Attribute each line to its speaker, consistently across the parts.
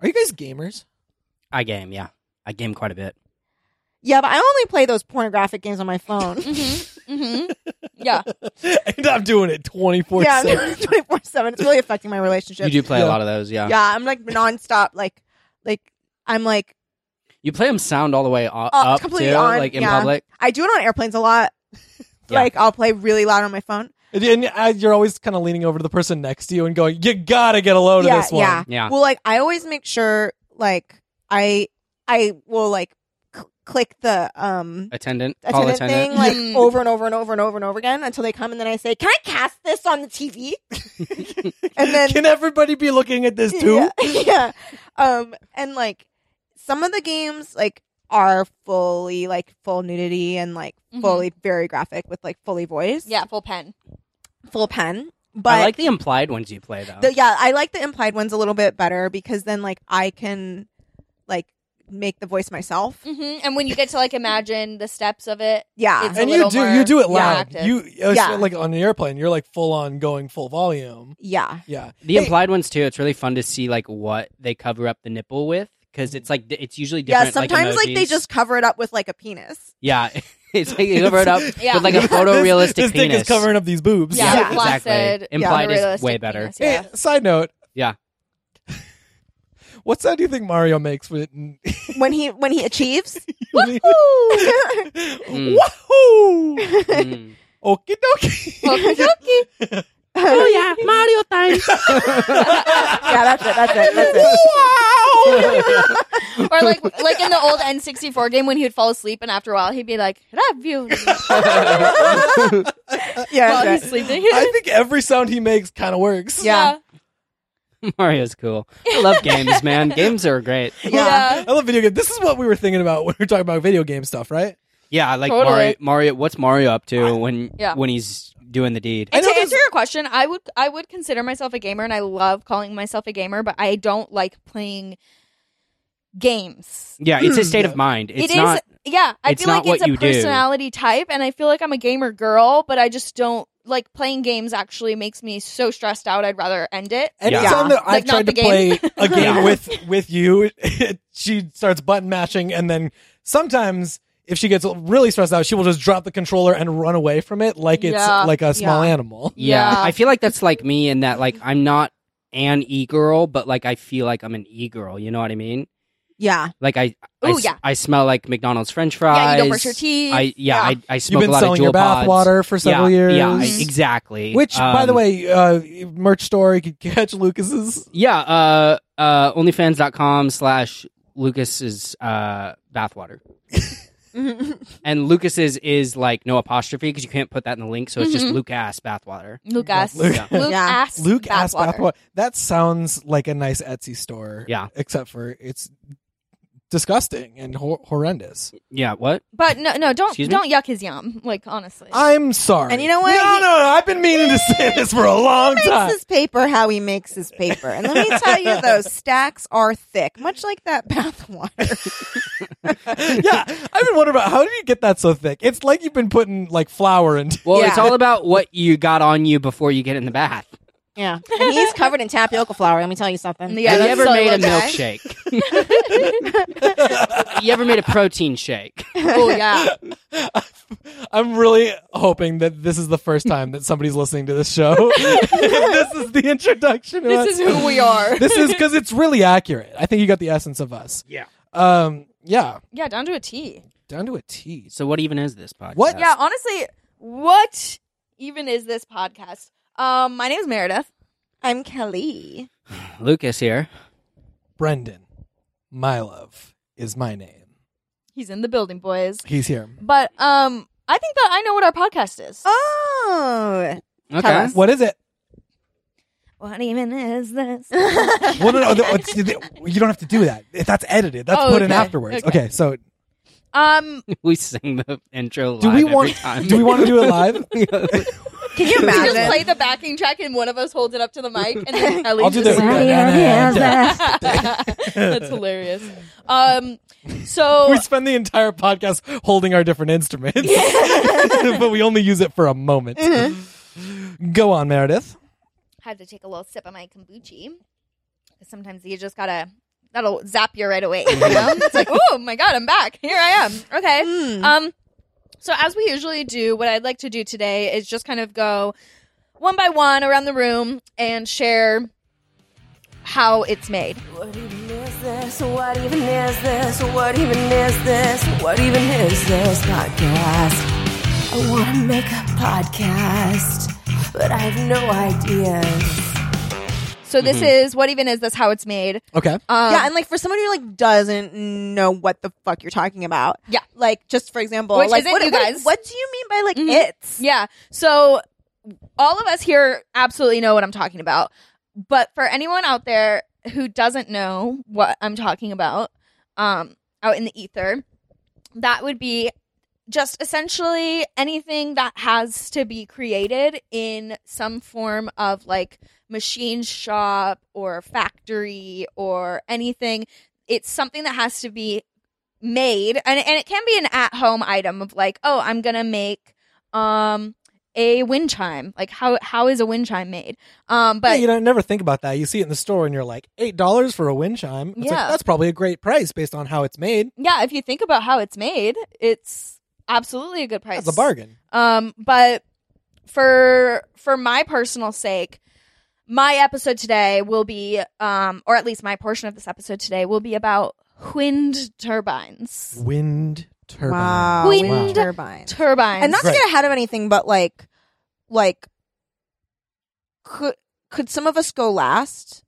Speaker 1: Are you guys gamers?
Speaker 2: I game, yeah. I game quite a bit.
Speaker 3: Yeah, but I only play those pornographic games on my phone.
Speaker 4: Mm-hmm. Mm-hmm. Yeah.
Speaker 1: and I'm doing it 24
Speaker 3: yeah, I'm doing
Speaker 1: 7.
Speaker 3: it 24 7. It's really affecting my relationship.
Speaker 2: You do play
Speaker 1: Yeah.
Speaker 2: a lot of those, yeah.
Speaker 3: Yeah, I'm like nonstop. Like, like I'm like,
Speaker 2: You play them sound all the way o- up
Speaker 3: Uh, completely
Speaker 2: too,
Speaker 3: on,
Speaker 2: like in
Speaker 3: yeah.
Speaker 2: public.
Speaker 3: I do it on airplanes a lot.
Speaker 2: Yeah.
Speaker 3: Like, I'll play really loud on my phone.
Speaker 1: And, and uh, you're always kind of leaning over to the person next to you and going, you gotta get a load
Speaker 3: yeah,
Speaker 1: of this one.
Speaker 3: yeah,
Speaker 2: Yeah.
Speaker 3: Well, like I always make sure, like I, I will like c- click the um
Speaker 2: Attendant, call
Speaker 3: attendant,
Speaker 2: attendant.
Speaker 3: thing like
Speaker 4: Mm.
Speaker 3: over and over and over and over and over again until they come and then I say, "Can I cast this on the TV?" and then
Speaker 1: Can everybody be looking at this too?
Speaker 3: Yeah, yeah. Um, and like some of the games like are fully like full nudity and like
Speaker 2: Mm-hmm.
Speaker 4: Mhm.
Speaker 3: fully very graphic with like fully voice,
Speaker 4: Yeah, full pen.
Speaker 3: full pen. But
Speaker 2: I like the implied ones you play though.
Speaker 3: the, yeah, I like the implied ones a little bit better because then like I can like make the voice myself.
Speaker 2: Mm,
Speaker 4: hmm And when you get to like imagine the steps of it,
Speaker 3: Yeah.
Speaker 4: It's- a
Speaker 1: and you
Speaker 4: little
Speaker 1: do
Speaker 4: more
Speaker 1: you do it
Speaker 4: yeah,
Speaker 1: loud.
Speaker 4: active.
Speaker 1: you uh,
Speaker 3: Yeah.
Speaker 1: like on an airplane, you're like full on going full volume.
Speaker 3: yeah.
Speaker 1: Yeah.
Speaker 2: The
Speaker 1: Hey,
Speaker 2: implied ones too. It's really fun to see like what they cover up the nipple with because it's like it's usually different.
Speaker 3: Yeah, sometimes like, they
Speaker 2: emojis.
Speaker 3: just cover it up with like a penis.
Speaker 2: yeah, it's like they cover it up
Speaker 4: Yeah.
Speaker 2: with like a
Speaker 1: this-
Speaker 2: photorealistic
Speaker 1: This, thing
Speaker 2: penis.
Speaker 1: is covering up these boobs.
Speaker 4: yeah,
Speaker 3: Yeah.
Speaker 2: exactly.
Speaker 4: flaccid,
Speaker 2: Implied is
Speaker 4: realistic
Speaker 2: way better.
Speaker 4: penis,
Speaker 1: Hey,
Speaker 4: yeah.
Speaker 1: side note.
Speaker 2: Yeah.
Speaker 1: what sound do you think Mario makes when
Speaker 3: When he when he achieves.
Speaker 1: Woohoo!
Speaker 2: Mm.
Speaker 1: Wahoo!
Speaker 2: Mm.
Speaker 1: Okie dokie.
Speaker 4: Okey-dokey.
Speaker 2: oh yeah, Mario time.
Speaker 3: yeah, that's it. That's it. That's it.
Speaker 2: Mm.
Speaker 4: or like like in the old N64 game when he would fall asleep and after a while he'd be like, "Love you."
Speaker 3: Yeah.
Speaker 4: While
Speaker 3: That's
Speaker 4: he's
Speaker 3: it.
Speaker 4: sleeping.
Speaker 1: I think every sound he makes kind of works.
Speaker 3: Yeah.
Speaker 2: Mario's cool. I love games, man. Games are great.
Speaker 3: Yeah.
Speaker 1: I love video games. This is what we were thinking about when we were talking about video game stuff, right?
Speaker 2: Yeah, like
Speaker 4: Totally.
Speaker 2: Mario. Mario, what's Mario up to when
Speaker 4: Yeah.
Speaker 2: when he's doing the deed?
Speaker 1: I
Speaker 4: And
Speaker 1: know
Speaker 4: to
Speaker 1: there's-
Speaker 4: answer your question, I would I would consider myself a gamer, and I love calling myself a gamer, but I don't like playing games.
Speaker 2: Yeah, it's his state
Speaker 1: Yeah.
Speaker 2: of mind. It's
Speaker 4: Hmm. It is-
Speaker 2: not.
Speaker 4: yeah. I
Speaker 2: it's
Speaker 4: feel like
Speaker 2: not what
Speaker 4: it's a
Speaker 2: you do.
Speaker 4: personality type, and I feel like I'm a gamer girl, but I just don't like playing games. Actually, makes me so stressed out. I'd rather end it.
Speaker 1: Any
Speaker 2: Yeah.
Speaker 1: time that
Speaker 4: Like,
Speaker 1: I've
Speaker 4: not
Speaker 1: tried to
Speaker 4: the game.
Speaker 1: play a game
Speaker 2: Yeah.
Speaker 1: with with you, she starts button mashing, and then sometimes if she gets really stressed out, she will just drop the controller and run away from it like it's
Speaker 4: Yeah.
Speaker 1: like a small animal.
Speaker 2: Yeah.
Speaker 4: Yeah.
Speaker 2: I feel like that's like me in that like I'm not an e girl, but like I feel like I'm an e girl. You know what I mean?
Speaker 3: Yeah.
Speaker 2: Like I, I,
Speaker 4: Ooh,
Speaker 2: s-
Speaker 4: yeah.
Speaker 2: I smell like McDonald's French fries.
Speaker 4: Yeah, you don't brush your teeth.
Speaker 2: I yeah,
Speaker 4: Yeah.
Speaker 2: I, I
Speaker 1: You've
Speaker 2: smoke
Speaker 1: been
Speaker 2: a lot of
Speaker 1: selling
Speaker 2: Juul
Speaker 1: your bath
Speaker 2: pods.
Speaker 1: water for several
Speaker 2: yeah,
Speaker 1: years.
Speaker 2: Yeah, I-
Speaker 4: Mhm.
Speaker 2: exactly.
Speaker 1: Which, by the
Speaker 2: Um,
Speaker 1: way, uh, merch store, you can catch Lucas's.
Speaker 2: yeah, uh, uh, onlyfans.com slash Lucas's uh, bathwater. Mm-hmm. And Lucas's is like no apostrophe because you can't put that in the link, so it's just
Speaker 4: Mhm.
Speaker 2: Lucas bathwater.
Speaker 4: Lucas,
Speaker 1: Luke-
Speaker 4: Luke,
Speaker 2: Yeah.
Speaker 3: Yeah.
Speaker 4: ass,
Speaker 1: Luke asked
Speaker 4: bathwater.
Speaker 1: Bathwater. That sounds like a nice Etsy store.
Speaker 2: Yeah.
Speaker 1: Except for it's disgusting and hor- horrendous.
Speaker 2: Yeah, what?
Speaker 4: But no, no, don't
Speaker 2: Excuse me?
Speaker 4: don't yuck his yum. Like honestly,
Speaker 1: I'm sorry.
Speaker 3: And you know what?
Speaker 1: No, no,
Speaker 3: He-
Speaker 1: no. I've been meaning to say this for a long
Speaker 3: He
Speaker 1: time.
Speaker 3: makes his paper how he makes his paper. And let me tell you, those stacks are thick, much like that bath water.
Speaker 1: yeah. I've been wondering about how did you get that so thick? It's like you've been putting like flour into
Speaker 2: Well,
Speaker 3: Yeah.
Speaker 2: it's all about what you got on you before you get in the bath.
Speaker 3: Yeah. And he's covered in tapioca flour. Let me tell you something.
Speaker 4: Yeah,
Speaker 2: Have you ever
Speaker 4: that's so
Speaker 2: made a
Speaker 4: okay.
Speaker 2: milkshake? you ever made a protein shake?
Speaker 4: oh yeah,
Speaker 1: I'm really hoping that this is the first time that somebody's listening to this show. this is the introduction. to us.
Speaker 4: this is who we are.
Speaker 1: this is because it's really accurate. I think you got the essence of us.
Speaker 2: Yeah.
Speaker 1: Um. Yeah.
Speaker 4: yeah, down to a T.
Speaker 1: Down to a T.
Speaker 2: So what even is this podcast?
Speaker 1: What?
Speaker 4: Yeah, honestly, what even is this podcast? Um, my name is Meredith.
Speaker 3: I'm Kelly.
Speaker 2: Lucas here.
Speaker 1: Brendan, my love is my name.
Speaker 4: He's in the building, boys.
Speaker 1: He's here.
Speaker 4: But um, I think that I know what our podcast is.
Speaker 3: Oh.
Speaker 2: Okay.
Speaker 3: Tell us.
Speaker 1: What is it?
Speaker 4: What even is this?
Speaker 1: Well, no, no, no, it's- you don't have to do that. If That's edited. That's
Speaker 4: Oh,
Speaker 1: put in
Speaker 4: okay.
Speaker 1: afterwards. Okay.
Speaker 4: Okay.
Speaker 1: so
Speaker 4: um,
Speaker 2: We sing the intro live
Speaker 1: do we want?
Speaker 2: every time.
Speaker 1: Do we want to do it live?
Speaker 3: Can you
Speaker 4: we just play
Speaker 3: imagine?
Speaker 4: the backing track and one of us holds it up to the mic and then Ellie
Speaker 1: I'll do
Speaker 4: just
Speaker 1: the-
Speaker 4: That's hilarious. Um, so
Speaker 1: we spend the entire podcast holding our different instruments, but we only use it for a moment.
Speaker 4: Mm-hmm.
Speaker 1: Go on, Meredith.
Speaker 4: had to take a little sip of my kombucha. 'Cause Sometimes you just gotta that'll zap you right away. You know? it's like, oh my god, I'm back. Here I am. Okay.
Speaker 3: Mm.
Speaker 4: Um, so as we usually do, what I'd like to do today is just kind of go one by one around the room and share how it's made.
Speaker 5: What even is this? What even is this? What even is this? What even is this podcast? I want to make a podcast, but I have no ideas.
Speaker 4: So this is what even is this? How it's made?
Speaker 1: Okay.
Speaker 4: Um,
Speaker 3: Mm-hmm. yeah, and like for someone who like doesn't know what the fuck you're talking about.
Speaker 4: Yeah.
Speaker 3: like just for example,
Speaker 4: Which
Speaker 3: like
Speaker 4: isn't
Speaker 3: what,
Speaker 4: you
Speaker 3: what-
Speaker 4: guys.
Speaker 3: What, do you mean by like
Speaker 4: Mhm.
Speaker 3: it's?
Speaker 4: Yeah. So all of us here absolutely know what I'm talking about. But for anyone out there who doesn't know what I'm talking about, um, out in the ether, that would be just essentially anything that has to be created in some form of like machine shop or factory or anything. It's something that has to be made and, and it can be an at home item of like, oh, I'm gonna make um a wind chime. Like how how is a wind chime made? Um
Speaker 1: yeah,
Speaker 4: but
Speaker 1: you don't never think about that. You see it in the store, and you're like, eight dollars for a wind chime. It's
Speaker 4: Yeah.
Speaker 1: like, that's probably a great price based on how it's made.
Speaker 4: yeah, if you think about how it's made, it's absolutely a good price.
Speaker 1: That's a bargain.
Speaker 4: Um, but for for my personal sake, my episode today will be, um, or at least my portion of this episode today will be about wind turbines.
Speaker 1: Wind turbine.
Speaker 3: Wow,
Speaker 4: Wind
Speaker 3: wind turbine.
Speaker 4: Turbines.
Speaker 3: And not
Speaker 1: Right.
Speaker 3: to get ahead of anything, but like, like, could could some of us go last?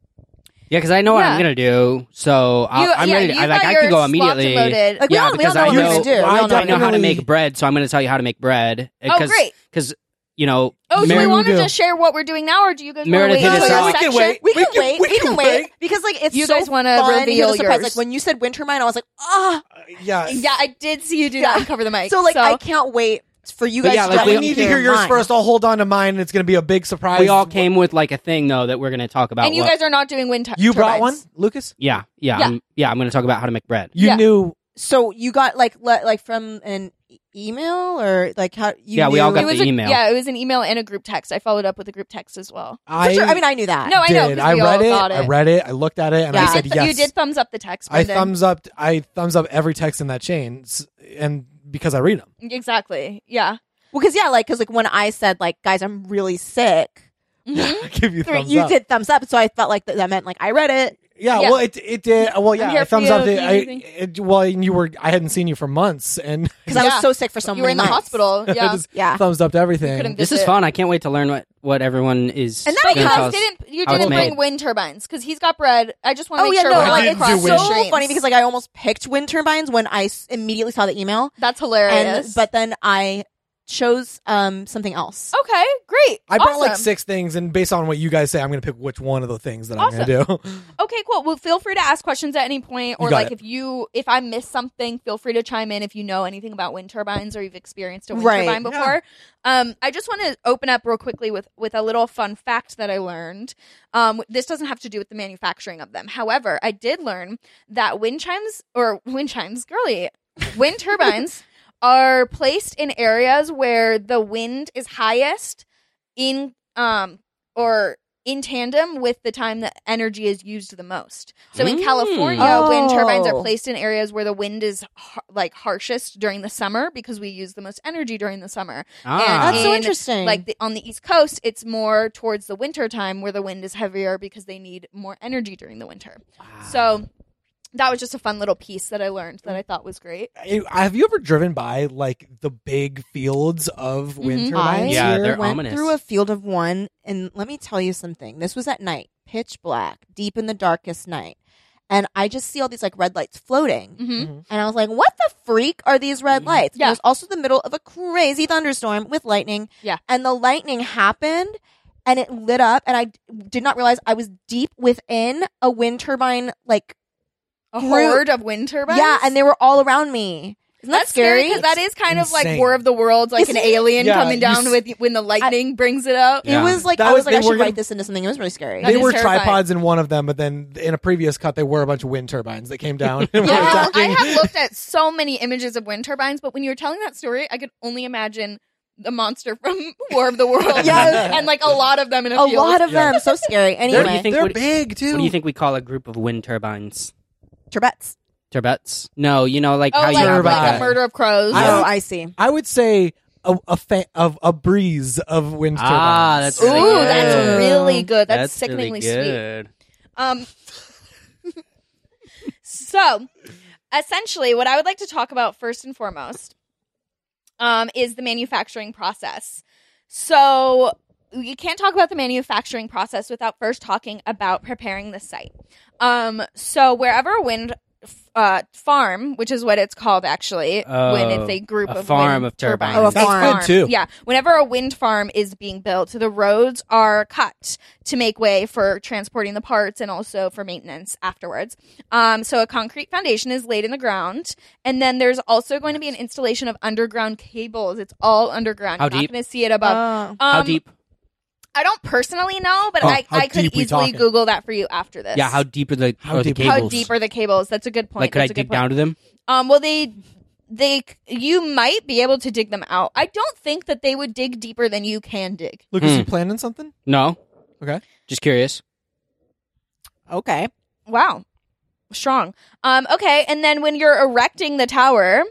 Speaker 2: Yeah, because I know what
Speaker 4: Yeah.
Speaker 2: I'm gonna do, so I'll,
Speaker 4: You-
Speaker 2: I'm
Speaker 4: yeah,
Speaker 2: ready.
Speaker 4: you
Speaker 2: I, like
Speaker 4: got
Speaker 2: I can
Speaker 4: yours
Speaker 2: go
Speaker 4: locked and
Speaker 2: immediately.
Speaker 4: loaded. oh,
Speaker 3: Like, we
Speaker 2: Yeah,
Speaker 3: all, we all
Speaker 2: because
Speaker 3: know
Speaker 2: I
Speaker 3: what we're
Speaker 1: know-
Speaker 3: gonna do. We
Speaker 1: I
Speaker 3: all know
Speaker 2: I know how to
Speaker 1: Definitely.
Speaker 2: make bread, so I'm gonna tell you how to make bread.
Speaker 4: Oh, great.
Speaker 2: Because you know,
Speaker 4: Oh, so
Speaker 1: Mary-
Speaker 4: we want to
Speaker 1: Go.
Speaker 4: just share what we're doing now, or do you guys want to
Speaker 2: Meredith
Speaker 4: wait
Speaker 2: hit
Speaker 4: until
Speaker 2: us
Speaker 4: your
Speaker 2: off. We
Speaker 4: section?
Speaker 1: can wait.
Speaker 3: We can,
Speaker 1: We can-
Speaker 3: wait.
Speaker 1: we
Speaker 3: We,
Speaker 1: can
Speaker 3: can,
Speaker 1: wait.
Speaker 3: wait. because like it's
Speaker 4: You
Speaker 3: so
Speaker 4: guys wanna
Speaker 3: fun to hear
Speaker 4: reveal
Speaker 3: the surprise. Like
Speaker 4: yours.
Speaker 3: when you said wind turbine, I was like, ah.
Speaker 1: Yeah.
Speaker 4: Yeah, I did see you do
Speaker 3: Yeah.
Speaker 4: that and cover the mic.
Speaker 3: So like I can't wait for you
Speaker 2: But
Speaker 3: guys.
Speaker 2: yeah,
Speaker 3: to
Speaker 2: like, we
Speaker 1: we
Speaker 3: definitely
Speaker 1: need to hear yours
Speaker 3: mine.
Speaker 1: first. I'll hold on to mine. and It's going to be a big surprise.
Speaker 2: we all came with like a thing though that we're gonna talk about.
Speaker 4: and you
Speaker 2: what-
Speaker 4: guys are not doing wind tu-
Speaker 1: You brought one,
Speaker 4: turbines.
Speaker 1: Lucas.
Speaker 2: yeah, yeah,
Speaker 4: Yeah.
Speaker 2: I'm, yeah. I'm gonna talk about how to make bread.
Speaker 1: You
Speaker 4: Yeah.
Speaker 1: knew
Speaker 3: So you got like le- like from an e- email or like how you
Speaker 2: Yeah, we all
Speaker 3: knew-
Speaker 2: got
Speaker 4: It was
Speaker 2: the
Speaker 4: a-
Speaker 2: email.
Speaker 4: Yeah, it was an email and a group text. I followed up with a group text as well.
Speaker 1: I.
Speaker 3: Sure, I mean, I knew that.
Speaker 4: No, I know.
Speaker 1: did.
Speaker 4: 'cause
Speaker 1: I
Speaker 4: we
Speaker 1: read
Speaker 4: all
Speaker 1: it.
Speaker 4: got it.
Speaker 1: I read it. I looked at it, and
Speaker 3: Yeah.
Speaker 1: I
Speaker 4: You
Speaker 1: said
Speaker 4: did,
Speaker 1: yes.
Speaker 4: You did thumbs up the text.
Speaker 1: I
Speaker 4: Brendan.
Speaker 1: thumbs up. I thumbs up every text in that chain, s- and because I read them.
Speaker 4: Exactly. Yeah.
Speaker 3: Well, because yeah, like because like when I said like guys, I'm really sick.
Speaker 4: Mhm.
Speaker 1: I give you
Speaker 3: Three-
Speaker 1: thumbs
Speaker 3: you
Speaker 1: up.
Speaker 3: did thumbs up, so I felt like that, that meant like I read it.
Speaker 1: Yeah,
Speaker 4: Yeah.
Speaker 1: Well, it it did. Well, yeah.
Speaker 4: here
Speaker 1: I thumbs
Speaker 4: for you
Speaker 1: up.
Speaker 4: if
Speaker 1: It,
Speaker 4: you
Speaker 1: I,
Speaker 4: need
Speaker 1: it, well, and you were. I hadn't seen you for months, and
Speaker 3: Because I
Speaker 4: Yeah.
Speaker 3: was so sick for so
Speaker 4: you
Speaker 3: many
Speaker 4: were in the
Speaker 3: months.
Speaker 4: hospital.
Speaker 1: I
Speaker 4: Yeah.
Speaker 1: just
Speaker 3: Yeah.
Speaker 1: thumbs up to everything.
Speaker 4: Couldn't-
Speaker 2: This
Speaker 4: This
Speaker 2: is
Speaker 4: is-
Speaker 2: fun. I can't wait to learn what what everyone is.
Speaker 3: And that
Speaker 4: But
Speaker 2: gonna
Speaker 4: you
Speaker 2: tell
Speaker 4: guys
Speaker 2: us.
Speaker 4: didn't. You
Speaker 2: how it's
Speaker 4: didn't bring
Speaker 2: made.
Speaker 4: wind turbines because he's got bread. I just want to
Speaker 3: Oh
Speaker 4: make
Speaker 3: yeah,
Speaker 4: sure
Speaker 3: no,
Speaker 4: we're
Speaker 1: I
Speaker 3: like
Speaker 4: not
Speaker 1: didn't
Speaker 3: it's
Speaker 1: do
Speaker 4: crossing
Speaker 1: wind.
Speaker 3: so
Speaker 4: streams.
Speaker 3: funny because like I almost picked wind turbines when I s- immediately saw the email,
Speaker 4: that's
Speaker 3: and
Speaker 4: hilarious.
Speaker 3: but then I chose um something else.
Speaker 4: okay, great.
Speaker 1: I brought like
Speaker 4: Awesome.
Speaker 1: six things, and based on what you guys say, I'm going to pick which one of the things that I'm going to do.
Speaker 4: Okay, cool. Well, feel free to ask questions at any point,
Speaker 1: You
Speaker 4: or
Speaker 1: got
Speaker 4: like
Speaker 1: it.
Speaker 4: if you if I miss something, feel free to chime in if you know anything about wind turbines or you've experienced a wind
Speaker 3: Right.
Speaker 4: turbine before. Um, I just want to open up real quickly with with a little fun fact that I learned. Um, this doesn't have to do with the manufacturing of them. However, I did learn that wind chimes or wind chimes, girly, wind turbines are placed in areas where the wind is highest in um or in tandem with the time that energy is used the most. So in
Speaker 2: Mm.
Speaker 4: California, wind turbines are
Speaker 3: Oh.
Speaker 4: placed in areas where the wind is har- like harshest during the summer because we use the most energy during the summer.
Speaker 2: Ah.
Speaker 3: That's so
Speaker 4: And,
Speaker 3: interesting.
Speaker 4: Like the, on the East Coast, it's more towards the winter time where the wind is heavier because they need more energy during the winter.
Speaker 2: Ah.
Speaker 4: So that was just a fun little piece that I learned that I thought was great.
Speaker 1: Eh, Have you ever driven by like the big fields of wind
Speaker 4: Mhm.
Speaker 1: turbines?
Speaker 2: Yeah,
Speaker 1: here?
Speaker 2: they're
Speaker 3: went
Speaker 2: ominous.
Speaker 3: through a field of one, and let me tell you something. This was at night, pitch black, deep in the darkest night, and I just see all these like red lights floating,
Speaker 4: hmm
Speaker 3: and I was like, "What the freak are these red lights?" And
Speaker 4: Mm-hmm. Yeah.
Speaker 3: It was also the middle of a crazy thunderstorm with lightning.
Speaker 4: Yeah.
Speaker 3: and the lightning happened. And it lit up, and I did not realize I was deep within a wind turbine. Like,
Speaker 4: A
Speaker 3: Group.
Speaker 4: horde of wind turbines.
Speaker 3: yeah, and they were all around me. Isn't that
Speaker 4: That's scary
Speaker 3: scary?
Speaker 4: because that is kind of like
Speaker 1: Insane.
Speaker 4: War of the Worlds, like an
Speaker 3: Isn't it?
Speaker 4: alien
Speaker 1: Yeah,
Speaker 4: coming
Speaker 1: you
Speaker 4: down
Speaker 1: s-
Speaker 4: with when the lightning brings it up.
Speaker 3: It
Speaker 2: Yeah.
Speaker 3: was like
Speaker 1: That
Speaker 3: I
Speaker 1: was-
Speaker 3: was like
Speaker 1: they
Speaker 3: I should
Speaker 1: were gonna-
Speaker 3: write this into something. It was really scary.
Speaker 4: That
Speaker 1: they
Speaker 4: is
Speaker 1: were
Speaker 4: terrifying.
Speaker 1: tripods in one of them, but then in a previous cut, they were a bunch of wind turbines that came down. And we were
Speaker 4: Yeah, I
Speaker 1: talking.
Speaker 4: have looked at so many images of wind turbines, but when you were telling that story, I could only imagine the monster from War of the Worlds.
Speaker 1: Yes.
Speaker 4: and like a lot of them in a,
Speaker 3: a
Speaker 4: field.
Speaker 3: lot of
Speaker 1: Yeah.
Speaker 3: them so scary.
Speaker 2: What do you
Speaker 3: Anyway,
Speaker 2: think-
Speaker 1: they're
Speaker 2: what-
Speaker 1: big too.
Speaker 2: what do you think we call a group of wind turbines?
Speaker 3: Turbets.
Speaker 2: Turbets. No, you know, like
Speaker 4: Oh,
Speaker 2: how
Speaker 4: like,
Speaker 2: you have
Speaker 4: like
Speaker 1: Turbot.
Speaker 4: the
Speaker 2: like a,
Speaker 4: murder of crows.
Speaker 1: I
Speaker 3: oh,
Speaker 1: don't-
Speaker 3: I see.
Speaker 1: I would say a a, fa- of a breeze of wind turbines.
Speaker 2: Ah, that's
Speaker 4: Ooh,
Speaker 2: really good.
Speaker 4: that's really good. That's,
Speaker 2: That's really
Speaker 4: sickeningly sweet.
Speaker 2: good.
Speaker 4: Um, so, essentially, what I would like to talk about first and foremost um, is the manufacturing process. So, you can't talk about the manufacturing process without first talking about preparing the site. Um, so, wherever a wind f- uh, farm, which is what it's called actually, when
Speaker 2: Oh,
Speaker 4: it's a group
Speaker 2: a
Speaker 4: of
Speaker 2: farm
Speaker 4: wind
Speaker 2: of turbines.
Speaker 3: Oh, a
Speaker 1: That's
Speaker 3: farm.
Speaker 1: good too.
Speaker 4: yeah. Whenever a wind farm is being built, the roads are cut to make way for transporting the parts and also for maintenance afterwards. Um, so a concrete foundation is laid in the ground, and then there's also going to be an installation of underground cables. It's all underground.
Speaker 2: How
Speaker 4: You're
Speaker 2: deep?
Speaker 4: not going to see it above.
Speaker 3: Oh.
Speaker 4: um,
Speaker 2: Uh, how deep?
Speaker 4: I don't personally know, but
Speaker 1: Oh,
Speaker 4: I,
Speaker 1: how
Speaker 4: I could
Speaker 1: deep we
Speaker 4: easily
Speaker 1: talking?
Speaker 4: Google that for you after this.
Speaker 2: Yeah, how deep are the,
Speaker 1: How
Speaker 2: are the
Speaker 1: deep are the
Speaker 2: cables?
Speaker 4: how deep are the cables? That's a good point.
Speaker 2: Like, could I
Speaker 4: That's a good
Speaker 2: dig
Speaker 4: point.
Speaker 2: down to them?
Speaker 4: Um, well, they they you might be able to dig them out. I don't think that they would dig deeper than you can dig.
Speaker 1: Lucas,
Speaker 2: Hmm.
Speaker 1: you planning something?
Speaker 2: No.
Speaker 1: Okay.
Speaker 2: Just curious.
Speaker 1: Oh,
Speaker 3: Okay.
Speaker 4: Wow. Strong. Um, okay, and then when you're erecting the tower,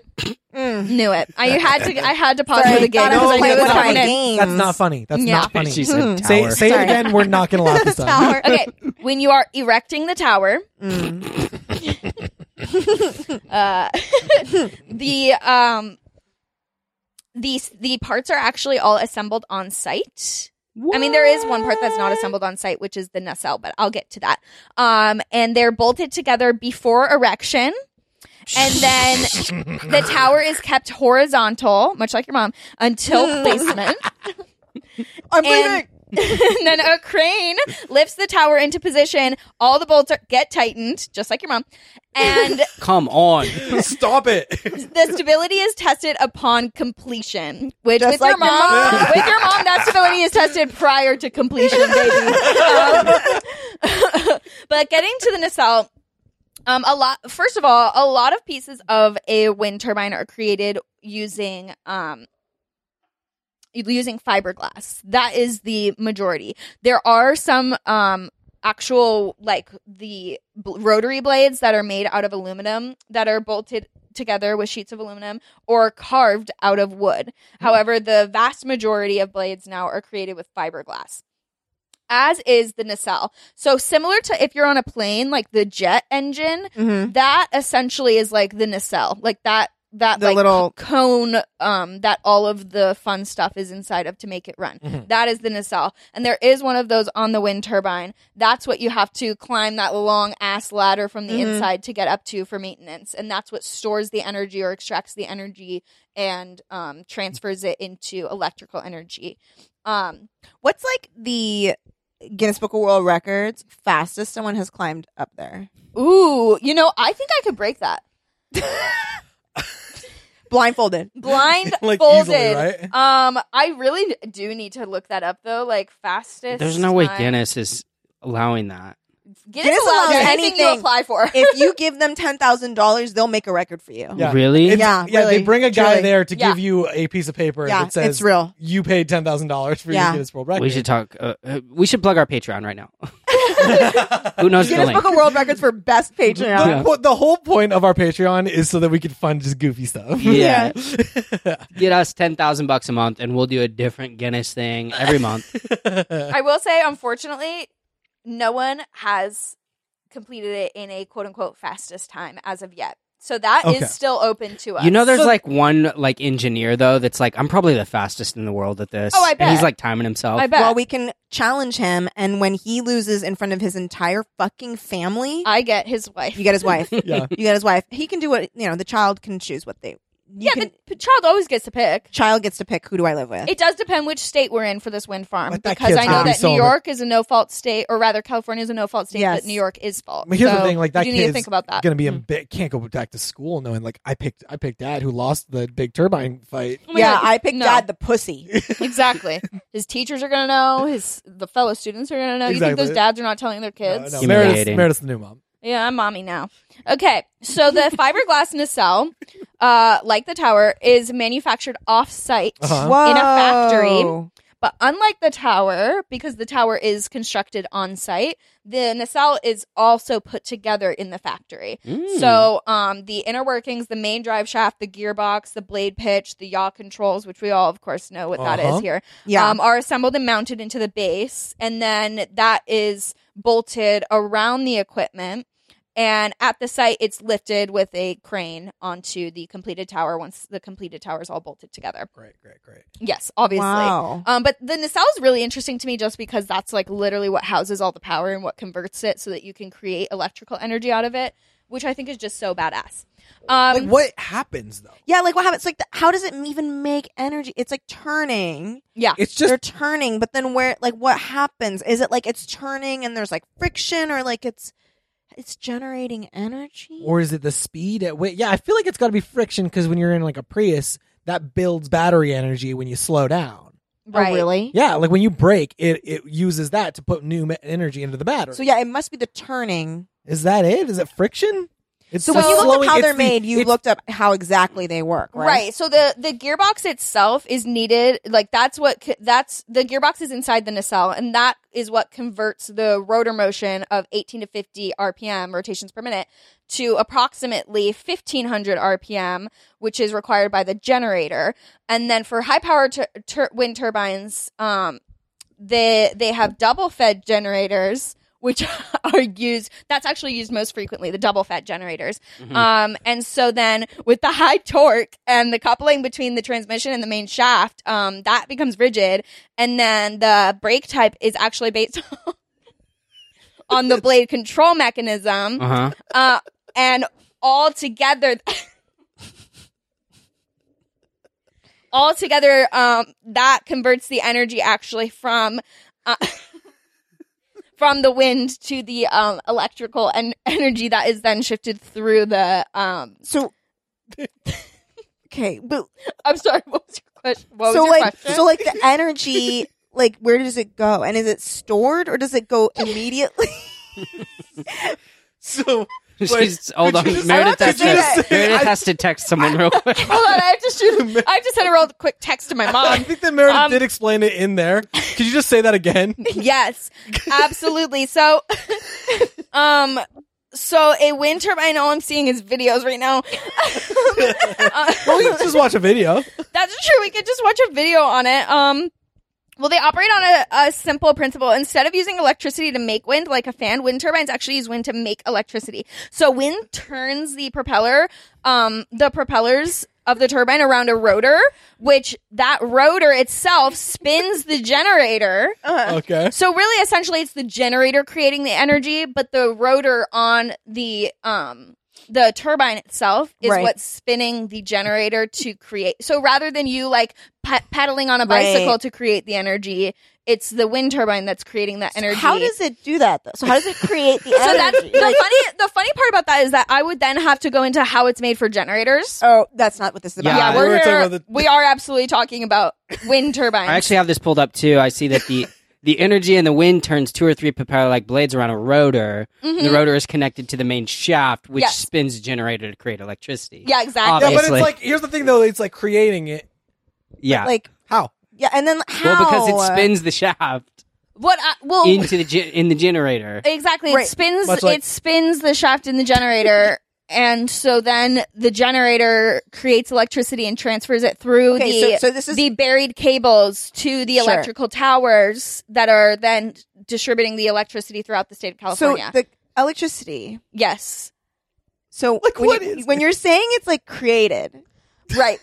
Speaker 3: Mm.
Speaker 4: knew it. I had to. I had to pause
Speaker 3: Sorry,
Speaker 4: for the game
Speaker 3: thought I
Speaker 4: because I
Speaker 3: was
Speaker 4: knew it
Speaker 3: playing
Speaker 4: was
Speaker 3: one of my
Speaker 4: coming in.
Speaker 3: games.
Speaker 1: That's not funny. That's
Speaker 4: Yeah.
Speaker 1: not funny.
Speaker 2: She said tower.
Speaker 1: hmm. Say, say it
Speaker 3: Sorry.
Speaker 1: again. We're not gonna laugh this time.
Speaker 3: Tower.
Speaker 4: Okay, when you are erecting the tower,
Speaker 3: Mm.
Speaker 4: uh, the um, these the parts are actually all assembled on site. I mean, there is one part that's not assembled on site, which is the nacelle, but I'll get to that. Um, and they're bolted together before erection. And then the tower is kept horizontal, much like your mom, until placement.
Speaker 3: I'm
Speaker 4: And, and then a crane lifts the tower into position. All the bolts are, get tightened, just like your mom. And
Speaker 2: Come on.
Speaker 1: Stop it.
Speaker 4: the stability is tested upon completion. Which
Speaker 3: Just
Speaker 4: with
Speaker 3: like
Speaker 4: your
Speaker 3: your
Speaker 4: mom,
Speaker 3: mom.
Speaker 4: with your mom, that stability is tested prior to completion, baby. Um, but getting to the nacelle, um, a lot. First of all, a lot of pieces of a wind turbine are created using um. Using fiberglass. That is the majority. There are some um, actual, like the bl- rotary blades that are made out of aluminum that are bolted together with sheets of aluminum or carved out of wood. However, the vast majority of blades now are created with fiberglass, as is the nacelle. So, similar to if you're on a plane, like the jet engine,
Speaker 3: Mhm.
Speaker 4: that essentially is like the nacelle, like that that
Speaker 3: The
Speaker 4: like
Speaker 3: little-
Speaker 4: c- cone um that all of the fun stuff is inside of to make it run.
Speaker 1: Mhm.
Speaker 4: That is the nacelle, and there is one of those on the wind turbine. That's what you have to climb that long ass ladder from the
Speaker 3: Mhm.
Speaker 4: inside to get up to for maintenance, and that's what stores the energy or extracts the energy and um, transfers it into electrical energy. Um,
Speaker 3: What's like the Guinness Book of World Records fastest someone has climbed up there?
Speaker 4: ooh, you know, I think I could break that.
Speaker 3: Blindfolded.
Speaker 4: blind
Speaker 1: Like,
Speaker 4: folded.
Speaker 1: easily, right?
Speaker 4: Um, I really do need to look that up though. Like fastest.
Speaker 2: There's no way
Speaker 4: time.
Speaker 2: Guinness is allowing that.
Speaker 4: Guinness,
Speaker 3: Guinness
Speaker 4: allows
Speaker 3: allows
Speaker 4: anything, you
Speaker 3: anything.
Speaker 4: apply for.
Speaker 3: if you give them ten thousand dollars, they'll make a record for you.
Speaker 1: Yeah.
Speaker 2: Really?
Speaker 1: It's-
Speaker 3: Yeah,
Speaker 1: yeah.
Speaker 3: really,
Speaker 1: they bring a guy
Speaker 3: truly.
Speaker 1: there to
Speaker 4: Yeah.
Speaker 1: give you a piece of paper
Speaker 3: Yeah,
Speaker 1: that says
Speaker 3: it's real.
Speaker 1: you paid ten thousand dollars for your
Speaker 3: Yeah.
Speaker 1: Guinness World Record.
Speaker 2: we should talk. Uh, uh, we should plug our Patreon right now. Who knows the
Speaker 3: Guinness
Speaker 2: link?
Speaker 3: Book of World Records for best
Speaker 1: The,
Speaker 3: Patreon.
Speaker 2: Yeah.
Speaker 1: po- the whole point of our Patreon is so that we can fund just goofy stuff.
Speaker 2: Yeah. Get us ten thousand bucks a month, and we'll do a different Guinness thing every month.
Speaker 4: I will say, unfortunately, no one has completed it in a quote unquote fastest time as of yet. So that is
Speaker 1: Okay.
Speaker 4: still open to us.
Speaker 2: You know, there's
Speaker 1: So-
Speaker 2: like one like engineer though that's like, I'm probably the fastest in the world at this.
Speaker 4: Oh, I
Speaker 2: And he's
Speaker 4: bet.
Speaker 2: like timing himself.
Speaker 4: I bet.
Speaker 3: Well, we can challenge him, and when he loses in front of his entire fucking family,
Speaker 4: I get his wife.
Speaker 3: you get his wife.
Speaker 1: yeah.
Speaker 3: You get his wife. He can do what you know. The child can choose what they. You
Speaker 4: yeah,
Speaker 3: can,
Speaker 4: the p- child always gets to pick.
Speaker 3: child gets to pick who do I live with.
Speaker 4: It does depend which state we're in for this wind farm
Speaker 1: But that
Speaker 4: because
Speaker 1: kid's
Speaker 4: I know
Speaker 1: gonna be
Speaker 4: that
Speaker 1: so
Speaker 4: New
Speaker 1: over-
Speaker 4: York is a no fault state, or rather, California is a no fault state,
Speaker 3: Yes.
Speaker 4: but New York is fault.
Speaker 1: I mean, here's
Speaker 4: So
Speaker 1: the thing: like that
Speaker 4: you
Speaker 1: kid
Speaker 4: need to
Speaker 1: is
Speaker 4: think about that.
Speaker 1: gonna be
Speaker 3: Mm.
Speaker 1: in big, can't go back to school knowing like I picked I picked dad who lost the big turbine fight.
Speaker 4: Oh my
Speaker 3: yeah,
Speaker 4: God,
Speaker 3: I picked
Speaker 4: no.
Speaker 3: Dad the pussy.
Speaker 4: Exactly. His teachers are gonna know. His the fellow students are gonna know. You
Speaker 1: Exactly.
Speaker 4: think those dads are not telling their kids?
Speaker 1: No, no, Meredith's,
Speaker 2: Humiliating.
Speaker 1: Meredith's the new mom.
Speaker 4: Yeah, I'm mommy now. Okay, so the fiberglass nacelle, uh, like the tower, is manufactured off-site
Speaker 1: Uh-huh.
Speaker 3: Whoa.
Speaker 4: in a factory But unlike the tower, because the tower is constructed on site, the nacelle is also put together in the factory.
Speaker 2: Mm.
Speaker 4: So um, the inner workings, the main drive shaft, the gearbox, the blade pitch, the yaw controls, which we all, of course, know what that
Speaker 1: Uh-huh.
Speaker 4: is here,
Speaker 3: Yeah.
Speaker 4: um, are assembled and mounted into the base. And then that is bolted around the equipment. And at the site, it's lifted with a crane onto the completed tower once the completed tower is all bolted together.
Speaker 1: Great, great, great.
Speaker 4: Yes, obviously.
Speaker 3: Wow.
Speaker 4: Um, but the nacelle is really interesting to me just because that's like literally what houses all the power and what converts it so that you can create electrical energy out of it, which I think is just so badass. Um,
Speaker 1: like what happens though?
Speaker 3: Yeah, like what happens? Like, the, how does it even make energy? It's like turning.
Speaker 4: yeah.
Speaker 1: It's just
Speaker 3: They're turning, but then where? Like, what happens? Is it like it's turning and there's like friction, or like it's it's generating energy?
Speaker 1: or is it the speed at which? Yeah, I feel like it's got to be friction because when you're in like a Prius, that builds battery energy when you slow down.
Speaker 3: Oh,
Speaker 4: Right.
Speaker 3: really?
Speaker 1: Yeah, like when you brake, it it uses that to put new ma- energy into the battery.
Speaker 3: So yeah, it must be the turning.
Speaker 1: is that it? Is it friction? It's
Speaker 3: So
Speaker 1: the
Speaker 3: when you looked
Speaker 1: slowing-
Speaker 3: up how
Speaker 1: it's
Speaker 3: they're
Speaker 1: the-
Speaker 3: made, you
Speaker 1: it's-
Speaker 3: looked up how exactly they work, right?
Speaker 4: Right. So the the gearbox itself is needed. Like that's what c- that's the gearbox is inside the nacelle, and that is what converts the rotor motion of 18 to 50 RPM rotations per minute to approximately 1500 RPM, which is required by the generator. And then for high power tur- tur- wind turbines, um, they they have double fed generators. Which are used, that's actually used most frequently, the double fed generators. Um, and so then with the high torque and the coupling between the transmission and the main shaft, um, that becomes rigid. And then the brake type is actually based on the blade control mechanism.
Speaker 2: Uh huh.
Speaker 4: Uh, and all together, all together, um, that converts the energy actually from. Uh, From the wind to the um, electrical and energy that is then shifted through the um,
Speaker 3: So okay, but
Speaker 4: I'm sorry. What was your question? What
Speaker 3: so
Speaker 4: was your
Speaker 3: like
Speaker 4: question?
Speaker 3: so like the energy, like where does it go, and is it stored or does it go immediately?
Speaker 1: So
Speaker 2: She's, hold on.
Speaker 1: Could you just-
Speaker 2: Meredith,
Speaker 1: I
Speaker 2: has
Speaker 1: love to say
Speaker 2: to,
Speaker 1: that.
Speaker 2: Meredith
Speaker 1: I-
Speaker 2: has to text someone real quick.
Speaker 4: Hold on, I have to shoot. I just had to roll a quick text to my
Speaker 1: I
Speaker 4: mom.
Speaker 1: think that Meredith
Speaker 4: Um,
Speaker 1: did explain it in there. Could you just say that again?
Speaker 4: yes, absolutely. So, um, so a wind turbine. All I'm seeing is videos right now. Uh,
Speaker 1: well, you can just watch a video.
Speaker 4: That's true. We could just watch a video on it. Um, well, they operate on a, a simple principle. Instead of using electricity to make wind, like a fan, wind turbines actually use wind to make electricity. So wind turns the propeller, um, the propellers of the turbine around a rotor, which that rotor itself spins the generator.
Speaker 1: Okay.
Speaker 4: So really, essentially, it's the generator creating the energy, but the rotor on the um the turbine itself is
Speaker 3: Right.
Speaker 4: what's spinning the generator to create. So rather than you like pe- pedaling on a bicycle
Speaker 3: Right.
Speaker 4: to create the energy, it's the wind turbine that's creating that energy.
Speaker 3: How does it do that? Though? So how does it create the
Speaker 4: so that's
Speaker 3: energy?
Speaker 4: the funny the funny part about that is that I would then have to go into how it's made for generators.
Speaker 3: oh, that's not what this is about.
Speaker 2: Yeah,
Speaker 4: yeah,
Speaker 1: we
Speaker 4: we're
Speaker 1: were talking
Speaker 4: here,
Speaker 1: about the-
Speaker 4: we are absolutely talking about wind turbines.
Speaker 2: I actually have this pulled up too. I see that the the energy in the wind turns two or three propeller like blades around a rotor. and The rotor is connected to the main shaft, which
Speaker 4: Mm-hmm. Yes.
Speaker 2: spins a generator to create electricity.
Speaker 4: yeah, exactly.
Speaker 1: Yeah, but it's
Speaker 2: Obviously.
Speaker 1: like here's the thing though. It's like creating it.
Speaker 2: yeah.
Speaker 3: like
Speaker 1: How?
Speaker 3: yeah, and then how?
Speaker 2: well, because it spins the shaft
Speaker 4: What I, well
Speaker 2: into the ge- in the generator.
Speaker 4: Exactly.
Speaker 3: Right.
Speaker 4: Oh. It spins
Speaker 1: Much like-
Speaker 4: it spins the shaft in the generator and so then the generator creates electricity and transfers it through
Speaker 3: Okay,
Speaker 4: the
Speaker 3: so, so this is
Speaker 4: the buried cables to the
Speaker 3: Sure.
Speaker 4: electrical towers that are then distributing the electricity throughout the state of
Speaker 3: so
Speaker 4: California.
Speaker 3: the electricity.
Speaker 4: yes.
Speaker 3: So
Speaker 1: Like,
Speaker 3: when
Speaker 1: what
Speaker 3: you,
Speaker 1: is
Speaker 3: when
Speaker 1: it?
Speaker 3: you're saying it's like created?
Speaker 4: Right.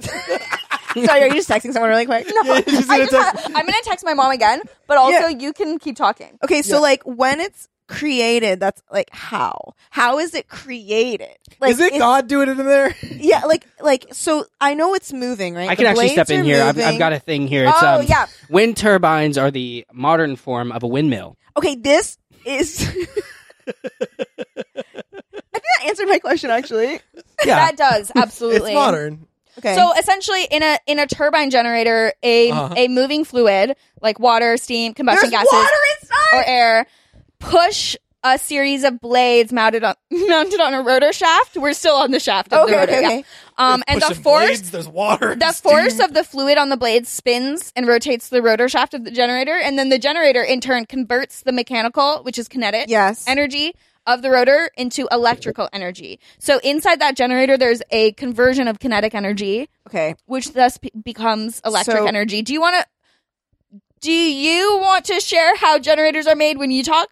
Speaker 3: Sorry, are you just texting someone really quick? No.
Speaker 1: Yeah, she's
Speaker 4: I
Speaker 1: gonna
Speaker 4: just
Speaker 1: text- Oh,
Speaker 4: ha- I'm going to text my mom again, but also you can keep talking.
Speaker 3: Okay, so
Speaker 1: Yeah.
Speaker 3: like when it's created, that's like how? How is it created? Like
Speaker 1: is it
Speaker 3: is-
Speaker 1: God doing it in there?
Speaker 3: Yeah, like like so I know it's moving, right?
Speaker 2: I can
Speaker 3: The
Speaker 2: actually
Speaker 3: blades
Speaker 2: step in
Speaker 3: are
Speaker 2: here. I've,
Speaker 3: moving.
Speaker 2: I've got a thing here. It's,
Speaker 4: Oh,
Speaker 2: um,
Speaker 4: yeah.
Speaker 2: Wind turbines are the modern form of a windmill.
Speaker 3: Okay, this is I think that answered my question actually.
Speaker 2: Yeah.
Speaker 4: That does absolutely.
Speaker 1: It's modern.
Speaker 3: Okay.
Speaker 4: So essentially, in a in a turbine generator, a
Speaker 1: Uh-huh.
Speaker 4: a moving fluid like water, steam, combustion
Speaker 3: there's
Speaker 4: gases,
Speaker 3: water inside.
Speaker 4: or air push a a series of blades mounted on mounted on a rotor shaft. We're still on the shaft of the
Speaker 3: Okay,
Speaker 4: rotor.
Speaker 3: okay,
Speaker 4: yeah.
Speaker 3: okay.
Speaker 4: Um, and the
Speaker 1: Pushing
Speaker 4: force
Speaker 1: blades, there's water.
Speaker 4: the
Speaker 1: steam.
Speaker 4: force of the fluid on the blade spins and rotates the rotor shaft of the generator, and then the generator in turn converts the mechanical, which is kinetic
Speaker 3: Yes.
Speaker 4: energy of the rotor into electrical energy. So inside that generator, there's a conversion of kinetic energy,
Speaker 3: Okay.
Speaker 4: which thus p- becomes electric
Speaker 3: So-
Speaker 4: energy. Do you want to? Do you want to share how generators are made when you talk?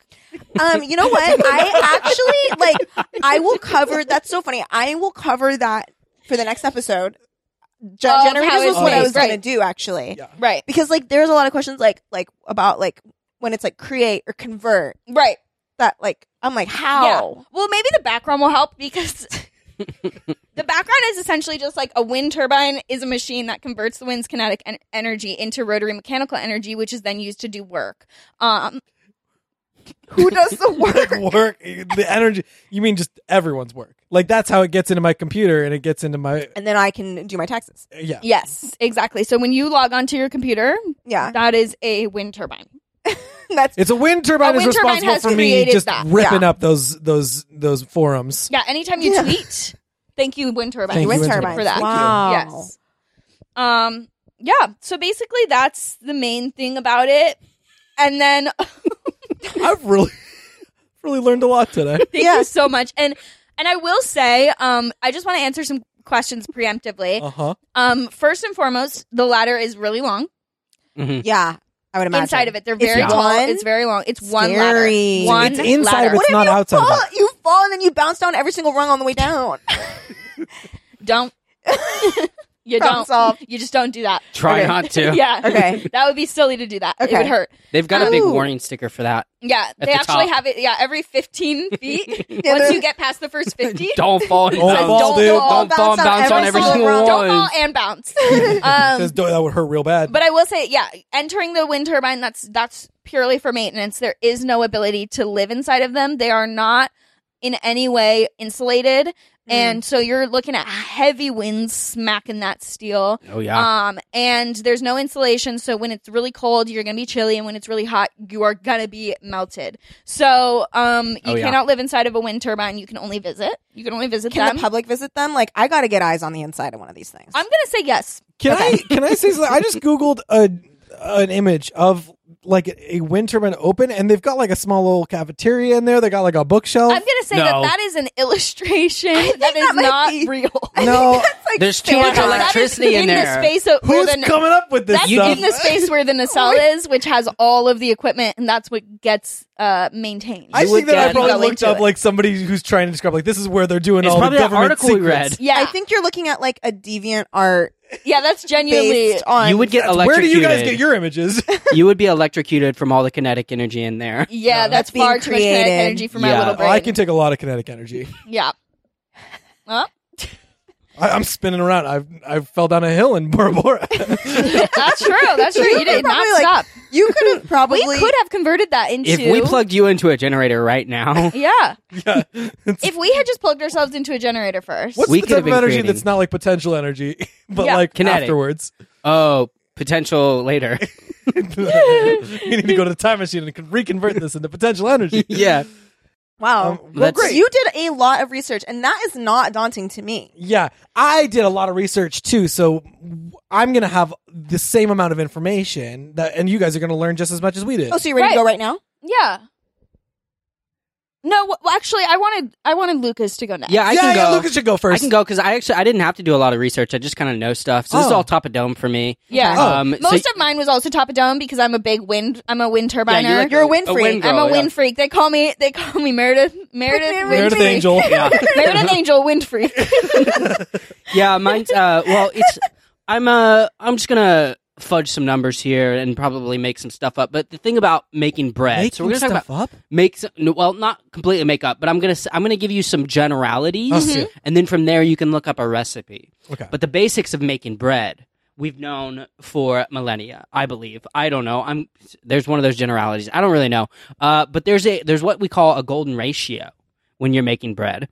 Speaker 3: Um, you know what? I actually like I will cover that's so funny. I will cover that for the next episode. Gen-
Speaker 4: Of how
Speaker 3: generators
Speaker 4: it
Speaker 3: was what I
Speaker 1: made,
Speaker 3: was gonna
Speaker 4: Oh, right.
Speaker 3: do actually.
Speaker 1: Yeah.
Speaker 4: Right,
Speaker 3: Because like there's a lot of questions like like about like when it's like create or convert
Speaker 4: right.
Speaker 3: that like I'm like how?
Speaker 4: Well, maybe the background will help because the background is essentially just like a wind turbine is a machine that converts the wind's kinetic en- energy into rotary mechanical energy, which is then used to do work. Um,
Speaker 3: Who does the work?
Speaker 1: work, the energy. You mean just everyone's work? Like that's how it gets into my computer and it gets into my
Speaker 3: and then I can do my taxes.
Speaker 1: yeah.
Speaker 4: yes, exactly. So when you log onto your computer,
Speaker 3: Yeah.
Speaker 4: that is a wind turbine.
Speaker 3: That's
Speaker 1: It's a wind turbine
Speaker 4: A
Speaker 1: is
Speaker 4: wind turbine
Speaker 1: responsible
Speaker 4: has
Speaker 1: for me
Speaker 4: created
Speaker 1: just
Speaker 4: that.
Speaker 1: ripping up those those those forums.
Speaker 4: Yeah. Anytime you
Speaker 3: Yeah.
Speaker 4: tweet, thank you, wind turbine.
Speaker 1: Thank you,
Speaker 3: wind
Speaker 1: wind
Speaker 3: turbines.
Speaker 1: turbines.
Speaker 4: For that.
Speaker 3: Wow.
Speaker 4: Yes. Um. Yeah. So basically, that's the main thing about it. And then
Speaker 1: I've really really learned a lot today.
Speaker 4: Thank
Speaker 3: Yeah.
Speaker 4: you so much. And and I will say, um, I just want to answer some questions preemptively.
Speaker 1: Uh huh.
Speaker 4: Um, first and foremost, the ladder is really long.
Speaker 2: Mhm.
Speaker 3: Yeah. I would imagine.
Speaker 4: Inside of it, they're
Speaker 3: It's
Speaker 4: very tall.
Speaker 3: one?
Speaker 4: It's very long. It's one
Speaker 3: Scary.
Speaker 4: ladder. One
Speaker 1: It's inside,
Speaker 4: ladder.
Speaker 1: but it's
Speaker 3: What
Speaker 1: not
Speaker 3: if you
Speaker 1: outside. of
Speaker 3: Fall,
Speaker 1: it.
Speaker 3: you fall and then you bounce down every single rung on the way down.
Speaker 4: Don't. you
Speaker 3: Problem
Speaker 4: don't.
Speaker 3: solved.
Speaker 4: You just don't do that.
Speaker 2: Try not to.
Speaker 4: yeah.
Speaker 3: Okay.
Speaker 4: That would be silly to do that. It
Speaker 3: Okay.
Speaker 4: would hurt.
Speaker 2: They've got a big
Speaker 3: Ooh.
Speaker 2: warning sticker for that.
Speaker 4: Yeah.
Speaker 2: At the
Speaker 4: they actually
Speaker 2: top.
Speaker 4: have it. Yeah. Every 15 feet.
Speaker 3: Yeah,
Speaker 4: once
Speaker 3: they're-
Speaker 4: you get past the first 50.
Speaker 2: Don't fall.
Speaker 1: Don't
Speaker 2: inside.
Speaker 1: fall, dude.
Speaker 2: Don't fall and bounce on every single
Speaker 3: round.
Speaker 2: one.
Speaker 4: Don't fall and bounce. Um,
Speaker 1: Says, "Duh, that would hurt real bad.
Speaker 4: But I will say, yeah, entering the wind turbine that's that's purely for maintenance. There is no ability to live inside of them. They are not in any way
Speaker 2: Mm.
Speaker 4: insulated, and so you're looking at heavy winds smacking that steel.
Speaker 2: Oh yeah.
Speaker 4: Um, and there's no insulation, so when it's really cold, you're gonna be chilly, and when it's really hot, you are gonna be melted. So, um, you
Speaker 2: Oh, yeah.
Speaker 4: cannot live inside of a wind turbine. You can only visit. You can only visit
Speaker 3: Can
Speaker 4: them.
Speaker 3: the public visit them? Like, I got to get eyes on the inside of one of these things.
Speaker 4: I'm gonna say yes.
Speaker 1: Can I can I say something? I just googled a an image of like a wind turbine open, and they've got like a small little cafeteria in there. They got like a bookshelf.
Speaker 4: I'm gonna say
Speaker 2: No.
Speaker 4: that that is an illustration that is
Speaker 3: that might
Speaker 4: not
Speaker 3: be-
Speaker 4: real.
Speaker 1: no,
Speaker 3: like
Speaker 2: There's too much
Speaker 3: standard.
Speaker 2: electricity in,
Speaker 4: in
Speaker 2: there.
Speaker 4: The space o- where
Speaker 1: who's
Speaker 4: the,
Speaker 1: coming up with this
Speaker 4: that's
Speaker 1: stuff?
Speaker 4: in the space where the nacelle is, which has all of the equipment, and that's what gets uh, maintained.
Speaker 1: I
Speaker 2: You
Speaker 1: think
Speaker 2: would
Speaker 1: that I
Speaker 2: get-
Speaker 1: probably
Speaker 4: you go
Speaker 1: looked
Speaker 4: into
Speaker 1: up
Speaker 4: it.
Speaker 1: like somebody who's trying to describe like this is where they're doing
Speaker 2: It's
Speaker 1: all the
Speaker 2: probably that
Speaker 1: government
Speaker 2: article we
Speaker 1: secrets.
Speaker 2: read.
Speaker 4: yeah,
Speaker 3: I think you're looking at like a deviant art
Speaker 4: yeah, that's genuinely.
Speaker 3: based on.
Speaker 2: You would get
Speaker 1: That's- Where do
Speaker 2: electrocuted.
Speaker 1: you guys get your images?
Speaker 2: You would be electrocuted from all the kinetic energy in there.
Speaker 4: Yeah,
Speaker 3: that's
Speaker 4: that's
Speaker 3: being
Speaker 4: far too much kinetic
Speaker 3: created.
Speaker 4: energy for my
Speaker 2: Yeah.
Speaker 4: little
Speaker 1: Oh,
Speaker 4: brain.
Speaker 1: I can take a lot of kinetic energy.
Speaker 4: yeah. Huh?
Speaker 1: I, I'm spinning around. I've I fell down a hill in Bora Bora.
Speaker 4: that's true. That's true. You did not
Speaker 3: probably, like,
Speaker 4: stop.
Speaker 3: You could have probably.
Speaker 4: We could have converted that into.
Speaker 2: If we plugged you into a generator right now,
Speaker 4: yeah.
Speaker 1: yeah. It's-
Speaker 4: If we had just plugged ourselves into a generator first.
Speaker 1: What's
Speaker 2: We
Speaker 1: the
Speaker 2: could
Speaker 1: type of
Speaker 2: have been
Speaker 1: energy
Speaker 2: creating-
Speaker 1: that's not like potential energy, but
Speaker 4: Yeah.
Speaker 1: like
Speaker 2: Kinetic.
Speaker 1: afterwards?
Speaker 2: oh, potential later.
Speaker 1: we need to go to the time machine and con- reconvert this into potential energy.
Speaker 2: yeah.
Speaker 3: wow.
Speaker 1: Um, well,
Speaker 2: Oh, That's-
Speaker 1: great.
Speaker 3: You did a lot of research, and that is not daunting to me.
Speaker 1: yeah, I did a lot of research too, so I'm gonna have the same amount of information that, and you guys are gonna learn just as much as we did.
Speaker 3: Oh, so you're ready to
Speaker 4: Right.
Speaker 3: go right now?
Speaker 4: Yeah. No, w- well, actually, I wanted I wanted Lucas to go next.
Speaker 2: Yeah, I
Speaker 1: yeah,
Speaker 2: can
Speaker 1: yeah,
Speaker 2: go.
Speaker 1: Lucas should go
Speaker 2: I
Speaker 1: first.
Speaker 2: can go because I actually I didn't have to do a lot of research. I just kind of know stuff. So this is
Speaker 1: Oh.
Speaker 2: all top of dome for me.
Speaker 4: Yeah.
Speaker 3: Okay.
Speaker 2: Um, so-
Speaker 4: Most of mine was also top of dome because I'm a big wind. I'm a wind turbiner.
Speaker 2: Yeah, like
Speaker 3: You're a wind freak.
Speaker 2: girl,
Speaker 4: I'm a
Speaker 2: yeah.
Speaker 4: wind freak. They call me. They call me Meredith. Meredith. Wind
Speaker 1: Meredith
Speaker 4: freak.
Speaker 1: Angel.
Speaker 2: Yeah.
Speaker 4: Meredith Angel. Wind freak.
Speaker 2: yeah, mine's uh well it's I'm uh I'm just gonna fudge some numbers here and probably make some stuff up. But the thing about making bread, so we're gonna talk about
Speaker 1: up.
Speaker 2: make some, no, well not completely make up, but I'm gonna s- I'm gonna give you some generalities,
Speaker 1: Let's do it.
Speaker 2: and then from there you can look up a recipe.
Speaker 1: Okay.
Speaker 2: But the basics of making bread we've known for millennia, I believe. I don't know. I'm there's one of those generalities. I don't really know. Uh, but there's a there's what we call a golden ratio when you're making bread.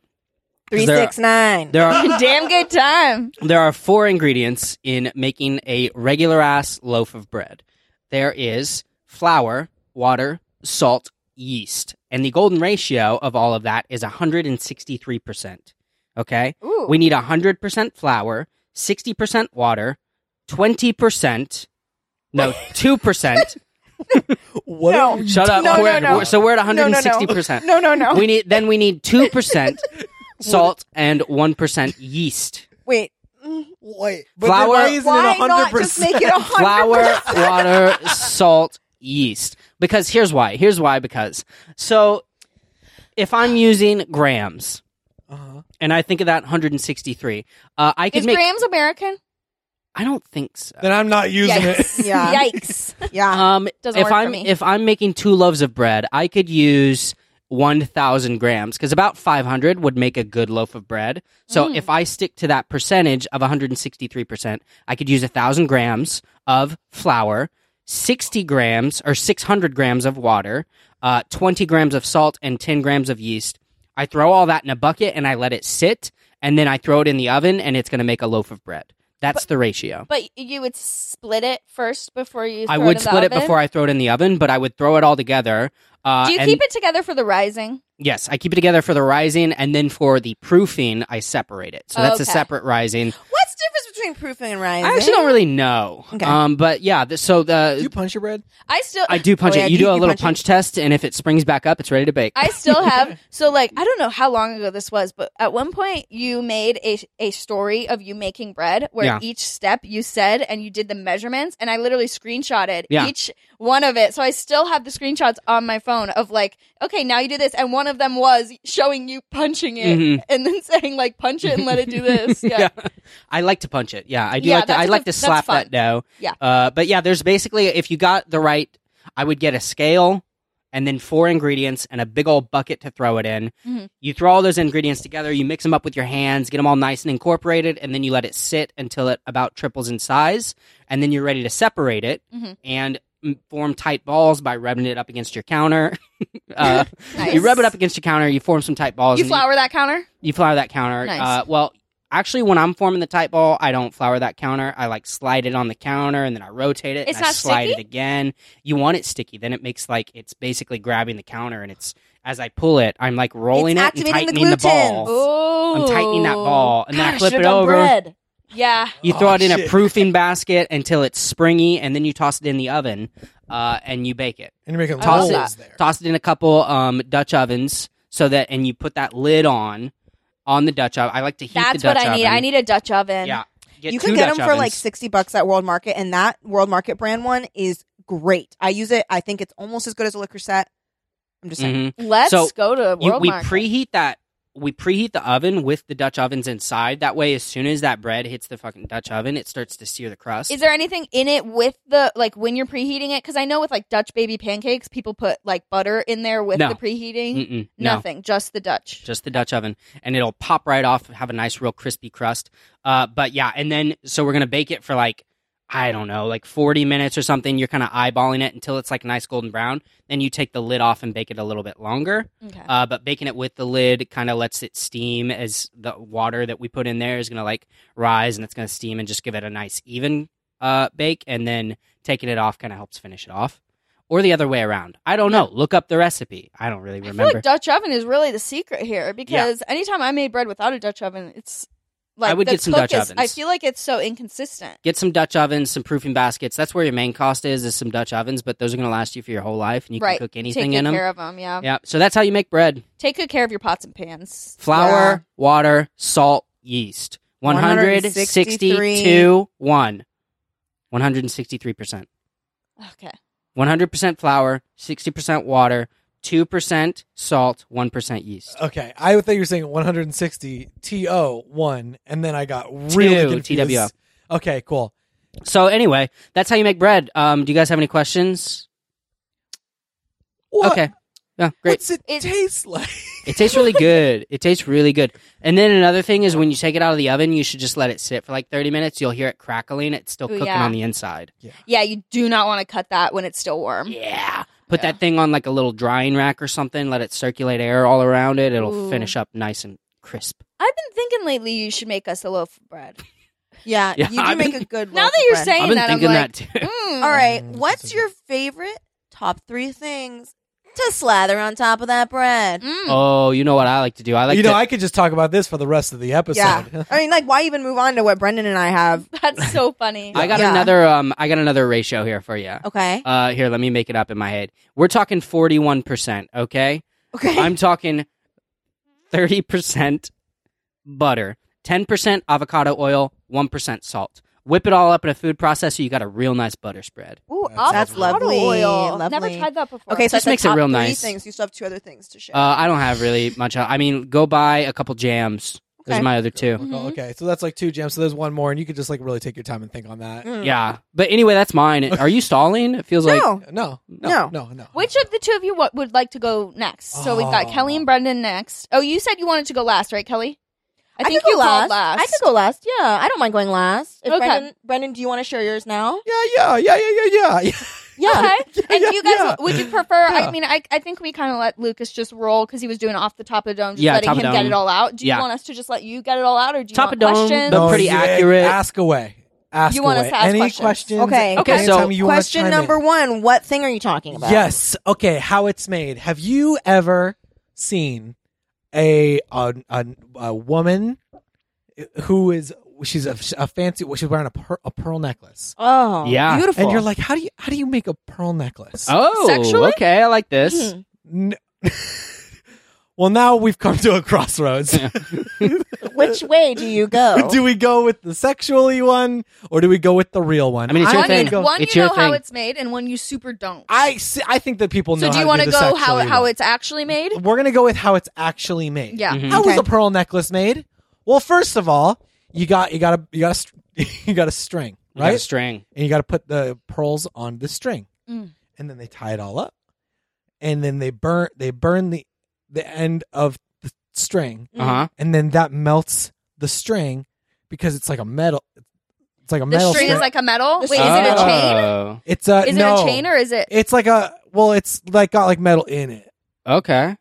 Speaker 3: Three,
Speaker 2: There-
Speaker 3: six, nine.
Speaker 2: There are
Speaker 4: Damn good time.
Speaker 2: there are four ingredients in making a regular ass loaf of bread. There is flour, water, salt, yeast. And the golden ratio of all of that is 163%. Okay?
Speaker 4: Ooh.
Speaker 2: We need 100% flour, 60% water, 20%, no, 2%.
Speaker 1: What?
Speaker 4: No.
Speaker 1: are-
Speaker 2: Shut up.
Speaker 4: No,
Speaker 2: we're,
Speaker 4: no, no.
Speaker 2: we're- so we're at
Speaker 4: No, no, no.
Speaker 2: 160%.
Speaker 4: No, no, no.
Speaker 2: We need then we need 2% salt and 1% yeast.
Speaker 4: Wait.
Speaker 1: Wait, but
Speaker 2: Flour-
Speaker 1: then why isn't
Speaker 4: Why
Speaker 1: it 100%?
Speaker 4: not just make it a
Speaker 2: flour,
Speaker 4: hundred?
Speaker 2: water, salt, yeast. Because here's why. Here's why. Because so if I'm using grams
Speaker 1: Uh-huh.
Speaker 2: and I think of that 163, uh, I could
Speaker 4: Is
Speaker 2: make.
Speaker 4: Graham's American?
Speaker 2: I don't think so.
Speaker 1: Then I'm not using it.
Speaker 4: Yikes.
Speaker 3: Yeah.
Speaker 4: Yikes.
Speaker 3: Yeah.
Speaker 2: Um,
Speaker 4: Doesn't
Speaker 2: if
Speaker 4: work for
Speaker 2: I'm
Speaker 4: me.
Speaker 2: if I'm making two loaves of bread, I could use 1,000 grams because about 500 would make a good loaf of bread. So
Speaker 4: Mm.
Speaker 2: if I stick to that percentage of 163 percent, I could use 1,000 grams of flour, 60 grams or 600 grams of water, uh, 20 grams of salt, and 10 grams of yeast. I throw all that in a bucket and I let it sit, and then I throw it in the oven, and it's going to make a loaf of bread. That's the ratio.
Speaker 4: But you would split it first before you. Throw
Speaker 2: I would
Speaker 4: it in the
Speaker 2: split it
Speaker 4: oven?
Speaker 2: before I throw it in the oven, but I would throw it all together. Uh,
Speaker 4: Do you
Speaker 2: and-
Speaker 4: keep it together for the rising?
Speaker 2: Yes, I keep it together for the rising, and then for the proofing, I separate it. So that's a
Speaker 4: Okay.
Speaker 2: separate rising.
Speaker 3: What's the difference between proofing and rising?
Speaker 2: I actually don't really know.
Speaker 3: Okay.
Speaker 2: Um, but yeah, th- so
Speaker 1: Do you
Speaker 2: the
Speaker 1: punch your bread?
Speaker 4: I still.
Speaker 2: I do punch
Speaker 3: Oh, yeah,
Speaker 2: it. You
Speaker 3: you-
Speaker 2: do a
Speaker 3: you
Speaker 2: little punch,
Speaker 3: punch it.
Speaker 2: test, and if it springs back up, it's ready to bake.
Speaker 4: I still have so like I don't know how long ago this was, but at one point you made a a story of you making bread where
Speaker 2: Yeah.
Speaker 4: each step you said and you did the measurements, and I literally screenshotted
Speaker 2: Yeah.
Speaker 4: each one of it. So I still have the screenshots on my phone of like, okay, now you do this, and one of them was showing you punching it
Speaker 2: Mhm.
Speaker 4: and then saying like, punch it and let it do this. Yeah,
Speaker 2: I like to punch it. Yeah, I do
Speaker 4: Yeah,
Speaker 2: like to.
Speaker 4: that's
Speaker 2: I
Speaker 4: a-
Speaker 2: like to
Speaker 4: that's
Speaker 2: slap
Speaker 4: fun.
Speaker 2: that dough.
Speaker 4: Yeah.
Speaker 2: Uh, but yeah, there's basically if you got the right, I would get a scale and then four ingredients and a big old bucket to throw it in.
Speaker 4: Mhm.
Speaker 2: You throw all those ingredients together, you mix them up with your hands, get them all nice and incorporated, and then you let it sit until it about triples in size, and then you're ready to separate it
Speaker 4: Mhm.
Speaker 2: and mm, form tight balls by rubbing it up against your counter. uh,
Speaker 4: Nice.
Speaker 2: You rub it up against your counter, you form some tight balls.
Speaker 4: you
Speaker 2: and
Speaker 4: flour that counter.
Speaker 2: you flour that counter.
Speaker 4: Nice.
Speaker 2: Uh, well, actually, when I'm forming the tight ball, I don't flour that counter. I like slide it on the counter and then I rotate it
Speaker 4: It's
Speaker 2: and I
Speaker 4: not
Speaker 2: slide it
Speaker 4: sticky?
Speaker 2: again. You want it sticky. Then it makes like it's basically grabbing the counter and it's as I pull it, I'm like rolling
Speaker 3: It's
Speaker 2: it and
Speaker 3: activating
Speaker 2: tightening the,
Speaker 3: the
Speaker 2: ball.
Speaker 3: glutens.
Speaker 4: Oh,
Speaker 2: I'm tightening that ball and then I
Speaker 3: Gosh,
Speaker 2: flip
Speaker 3: should've
Speaker 2: it
Speaker 3: done
Speaker 2: over.
Speaker 3: Bread.
Speaker 4: Yeah,
Speaker 2: You throw
Speaker 1: Oh,
Speaker 2: it in a
Speaker 1: shit.
Speaker 2: proofing basket until it's springy and then you toss it in the oven uh, and you bake it
Speaker 1: And you're making
Speaker 4: I love
Speaker 1: rolls
Speaker 4: that.
Speaker 1: there.
Speaker 2: toss it in a couple um, Dutch ovens so that, and you put that lid on on the Dutch oven. I like to heat the
Speaker 4: that's
Speaker 2: Dutch
Speaker 4: what I need.
Speaker 2: oven.
Speaker 4: I need a Dutch oven.
Speaker 2: Yeah, get
Speaker 3: you
Speaker 2: two
Speaker 3: can get
Speaker 2: Dutch
Speaker 3: them for like
Speaker 2: ovens.
Speaker 3: 60 bucks at World Market, and that World Market brand one is great. I use it. I think it's almost as good as a liquor set. I'm just saying.
Speaker 2: Mhm.
Speaker 4: Let's
Speaker 2: So,
Speaker 4: go to
Speaker 2: You,
Speaker 4: World
Speaker 2: we
Speaker 4: Market.
Speaker 2: preheat that. We preheat the oven with the Dutch ovens inside. That way, as soon as that bread hits the fucking Dutch oven, it starts to sear the crust.
Speaker 4: Is there anything in it with the like when you're preheating it? Because I know with like Dutch baby pancakes, people put like butter in there with
Speaker 2: No.
Speaker 4: the preheating.
Speaker 2: Mm-mm, no,
Speaker 4: Nothing, just the Dutch.
Speaker 2: just the Dutch oven, and it'll pop right off. Have a nice, real crispy crust. Uh, but yeah, and then so we're gonna bake it for like I don't know, like forty minutes or something. You're kind of eyeballing it until it's like nice golden brown. Then you take the lid off and bake it a little bit longer.
Speaker 4: okay.
Speaker 2: Uh, but baking it with the lid kind of lets it steam as the water that we put in there is going to like rise and it's going to steam and just give it a nice even uh, bake. And then taking it off kind of helps finish it off. Or the other way around. I don't know. Look up the recipe. I don't really
Speaker 4: I feel
Speaker 2: remember.
Speaker 4: like Dutch oven is really the secret here because anytime I made bread without a Dutch oven, it's like
Speaker 2: would
Speaker 4: the
Speaker 2: get some
Speaker 4: cook
Speaker 2: Dutch
Speaker 4: is- I
Speaker 2: ovens.
Speaker 4: feel like it's so inconsistent.
Speaker 2: Get some Dutch ovens, some proofing baskets. That's where your main cost is, is some Dutch ovens, but those are going to last you for your whole life and you
Speaker 4: right,
Speaker 2: can cook anything
Speaker 4: Take
Speaker 2: in
Speaker 4: good
Speaker 2: them.
Speaker 4: care of them. Yeah.
Speaker 2: Yeah. So that's how you make bread.
Speaker 4: take good care of your pots and pans.
Speaker 2: Flour,
Speaker 3: Yeah.
Speaker 2: water, salt, yeast. 162 1. 163%.
Speaker 4: Okay,
Speaker 2: 100% flour, 60% water, 2% salt, 1% yeast.
Speaker 1: Okay, I thought you were saying 160 to one, and then I got really
Speaker 2: Two,
Speaker 1: confused.
Speaker 2: TWO.
Speaker 1: Okay, cool.
Speaker 2: So anyway, that's how you make bread. Um, do you guys have any questions?
Speaker 1: What,
Speaker 2: Okay. Yeah, great.
Speaker 1: What's it,
Speaker 4: It-
Speaker 1: taste like?
Speaker 2: It tastes really good. It tastes really good. And then another thing is when you take it out of the oven, you should just let it sit for like 30 minutes. You'll hear it crackling. It's still
Speaker 4: Ooh,
Speaker 2: cooking
Speaker 4: yeah.
Speaker 2: on the inside.
Speaker 4: yeah, you do not want to cut that when it's still warm.
Speaker 2: Yeah. Put
Speaker 4: Yeah.
Speaker 2: that thing on like a little drying rack or something. Let it circulate air all around it. It'll
Speaker 4: Ooh.
Speaker 2: finish up nice and crisp.
Speaker 4: I've been thinking lately you should make us a loaf of bread.
Speaker 3: Yeah,
Speaker 2: Yeah,
Speaker 3: you do
Speaker 2: I've
Speaker 3: make
Speaker 2: been-
Speaker 3: a good.
Speaker 4: Now
Speaker 3: loaf
Speaker 4: that
Speaker 3: of
Speaker 4: you're
Speaker 3: bread.
Speaker 4: saying
Speaker 2: I've been
Speaker 4: that,
Speaker 2: thinking
Speaker 4: I'm
Speaker 2: that
Speaker 4: like,
Speaker 2: too.
Speaker 4: mm.
Speaker 3: All right.
Speaker 1: Mm, that's
Speaker 3: What's
Speaker 1: a
Speaker 3: your favorite top three things? to slather on top of that bread.
Speaker 4: Mm.
Speaker 2: Oh, you know what I like to do? I like
Speaker 1: you know,
Speaker 2: to
Speaker 1: I could just talk about this for the rest of the episode. Oh,
Speaker 3: Yeah. I mean, like, why even move on to what Brendan and I have?
Speaker 4: That's so funny.
Speaker 2: I got
Speaker 3: Yeah.
Speaker 2: another um I got another ratio here for you.
Speaker 3: Okay.
Speaker 2: Uh here, let me make it up in my head. We're talking 41%, okay?
Speaker 3: Okay.
Speaker 2: I'm talking 30% butter, 10% avocado oil, 1% salt. Whip it all up in a food processor, you got a real nice butter spread.
Speaker 4: Ooh,
Speaker 1: That's
Speaker 4: avocado
Speaker 3: lovely.
Speaker 4: Oil. Never
Speaker 3: Lovely.
Speaker 4: tried that before.
Speaker 3: okay, so
Speaker 2: Just
Speaker 3: that's the
Speaker 2: makes it
Speaker 3: top
Speaker 2: real
Speaker 3: three
Speaker 2: nice.
Speaker 3: Things you still have two other things to share.
Speaker 2: Uh I don't have really much el- I mean, go buy a couple jams. Those
Speaker 3: Okay.
Speaker 2: are my other two.
Speaker 3: Mm-hmm.
Speaker 4: Mhm.
Speaker 1: Okay, so that's like two gems. So there's one more, and you could just like really take your time and think on that.
Speaker 3: Mm.
Speaker 2: Yeah. But anyway, that's mine. Are you stalling? It feels like
Speaker 3: no.
Speaker 1: No,
Speaker 3: No.
Speaker 1: no, no, no.
Speaker 4: Which of the two of you what would like to go next? So we've got
Speaker 1: Oh.
Speaker 4: Kelly and Brendan next. Oh, you said you wanted to go last, right, Kelly?
Speaker 3: I, could go
Speaker 4: you
Speaker 3: last.
Speaker 4: called last.
Speaker 3: I could go last. Yeah, I don't mind going last. If
Speaker 4: Okay.
Speaker 3: Brendan, Brendan, do you want to share yours now?
Speaker 1: Yeah, yeah, yeah, yeah, yeah, yeah.
Speaker 3: Yeah.
Speaker 4: Okay. and
Speaker 1: yeah,
Speaker 4: you guys,
Speaker 1: yeah.
Speaker 4: would you prefer? I
Speaker 1: Yeah.
Speaker 4: mean, I, I think we kind of let Lucas just roll because he was doing off the top of the dome, just
Speaker 2: Yeah,
Speaker 4: letting
Speaker 2: top
Speaker 4: him
Speaker 2: of
Speaker 4: get
Speaker 2: dome.
Speaker 4: it all out. Do you
Speaker 2: Yeah.
Speaker 4: want us to just let you get it all out, or do you
Speaker 2: Top
Speaker 4: want
Speaker 2: of dome,
Speaker 4: questions?
Speaker 2: the pretty
Speaker 1: you-
Speaker 2: accurate.
Speaker 1: Ask away. Ask
Speaker 4: You want us
Speaker 1: away.
Speaker 4: to ask
Speaker 1: Any
Speaker 4: questions?
Speaker 3: Okay.
Speaker 2: Okay,
Speaker 1: anytime
Speaker 2: so
Speaker 1: you wanna
Speaker 3: Question
Speaker 1: chime
Speaker 3: number
Speaker 1: in.
Speaker 3: one: What thing are you talking about?
Speaker 1: Yes. Okay. How it's made. Have you ever seen a a, a, a woman who is she's a, a fancy? She's wearing a, per, a pearl necklace,
Speaker 3: Oh,
Speaker 2: Yeah.
Speaker 3: beautiful.
Speaker 1: and you're like, how do you how do you make a pearl necklace?
Speaker 2: Oh,
Speaker 4: Sexually? Mm-hmm.
Speaker 2: okay. I like this.
Speaker 3: Mhm.
Speaker 1: N- well, now we've come to a crossroads.
Speaker 3: which
Speaker 2: uh,
Speaker 3: way do you go?
Speaker 1: do we go with the sexually one or do we go with the real one?
Speaker 2: I mean, it's your
Speaker 1: I'm
Speaker 4: One,
Speaker 1: gonna
Speaker 2: thing.
Speaker 4: you,
Speaker 1: go-
Speaker 4: one
Speaker 2: It's
Speaker 4: you
Speaker 2: your
Speaker 4: know how
Speaker 2: thing.
Speaker 4: it's made, and one you super don't.
Speaker 1: I see, I think that people know.
Speaker 4: so do
Speaker 1: how
Speaker 4: you
Speaker 1: want to
Speaker 4: go
Speaker 1: the
Speaker 4: how
Speaker 1: sexually
Speaker 4: how
Speaker 1: one.
Speaker 4: it's actually made?
Speaker 1: We're gonna go with how it's actually made.
Speaker 4: Yeah.
Speaker 2: Mhm.
Speaker 1: How was
Speaker 3: Okay.
Speaker 1: a pearl necklace made? Well, first of all, you got you got a you got a str- you got a string,
Speaker 2: You got a
Speaker 1: right?
Speaker 2: string.
Speaker 1: and you got to put the pearls on the string,
Speaker 4: Mm.
Speaker 1: and then they tie it all up, and then they burn they burn the the end of the string,
Speaker 4: Mm-hmm.
Speaker 3: Mhm.
Speaker 2: Uh-huh.
Speaker 1: and then that melts the string because it's like a metal. It's like a
Speaker 4: The
Speaker 1: metal
Speaker 4: string is like a metal.
Speaker 3: The
Speaker 4: Wait,
Speaker 3: string
Speaker 4: is it a chain?
Speaker 2: Oh,
Speaker 1: it's a
Speaker 4: Is
Speaker 1: no.
Speaker 4: it a chain or is it?
Speaker 1: It's like a well, it's like got like metal in it.
Speaker 2: Okay.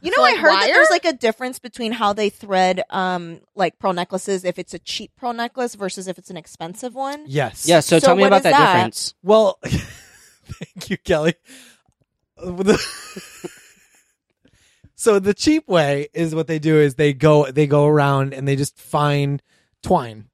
Speaker 3: You know,
Speaker 4: So,
Speaker 3: I
Speaker 4: like,
Speaker 3: heard that
Speaker 4: wire?
Speaker 3: there's like a difference between how they thread, um, like pearl necklaces if it's a cheap pearl necklace versus if it's an expensive one.
Speaker 1: Yes.
Speaker 2: Yeah, so,
Speaker 3: So
Speaker 2: tell me
Speaker 3: what
Speaker 2: about
Speaker 3: is
Speaker 2: that,
Speaker 3: that?
Speaker 2: difference.
Speaker 1: Well, thank you, Kelly. Uh, the- so the cheap way is what they do is they go they go around and they just find twine.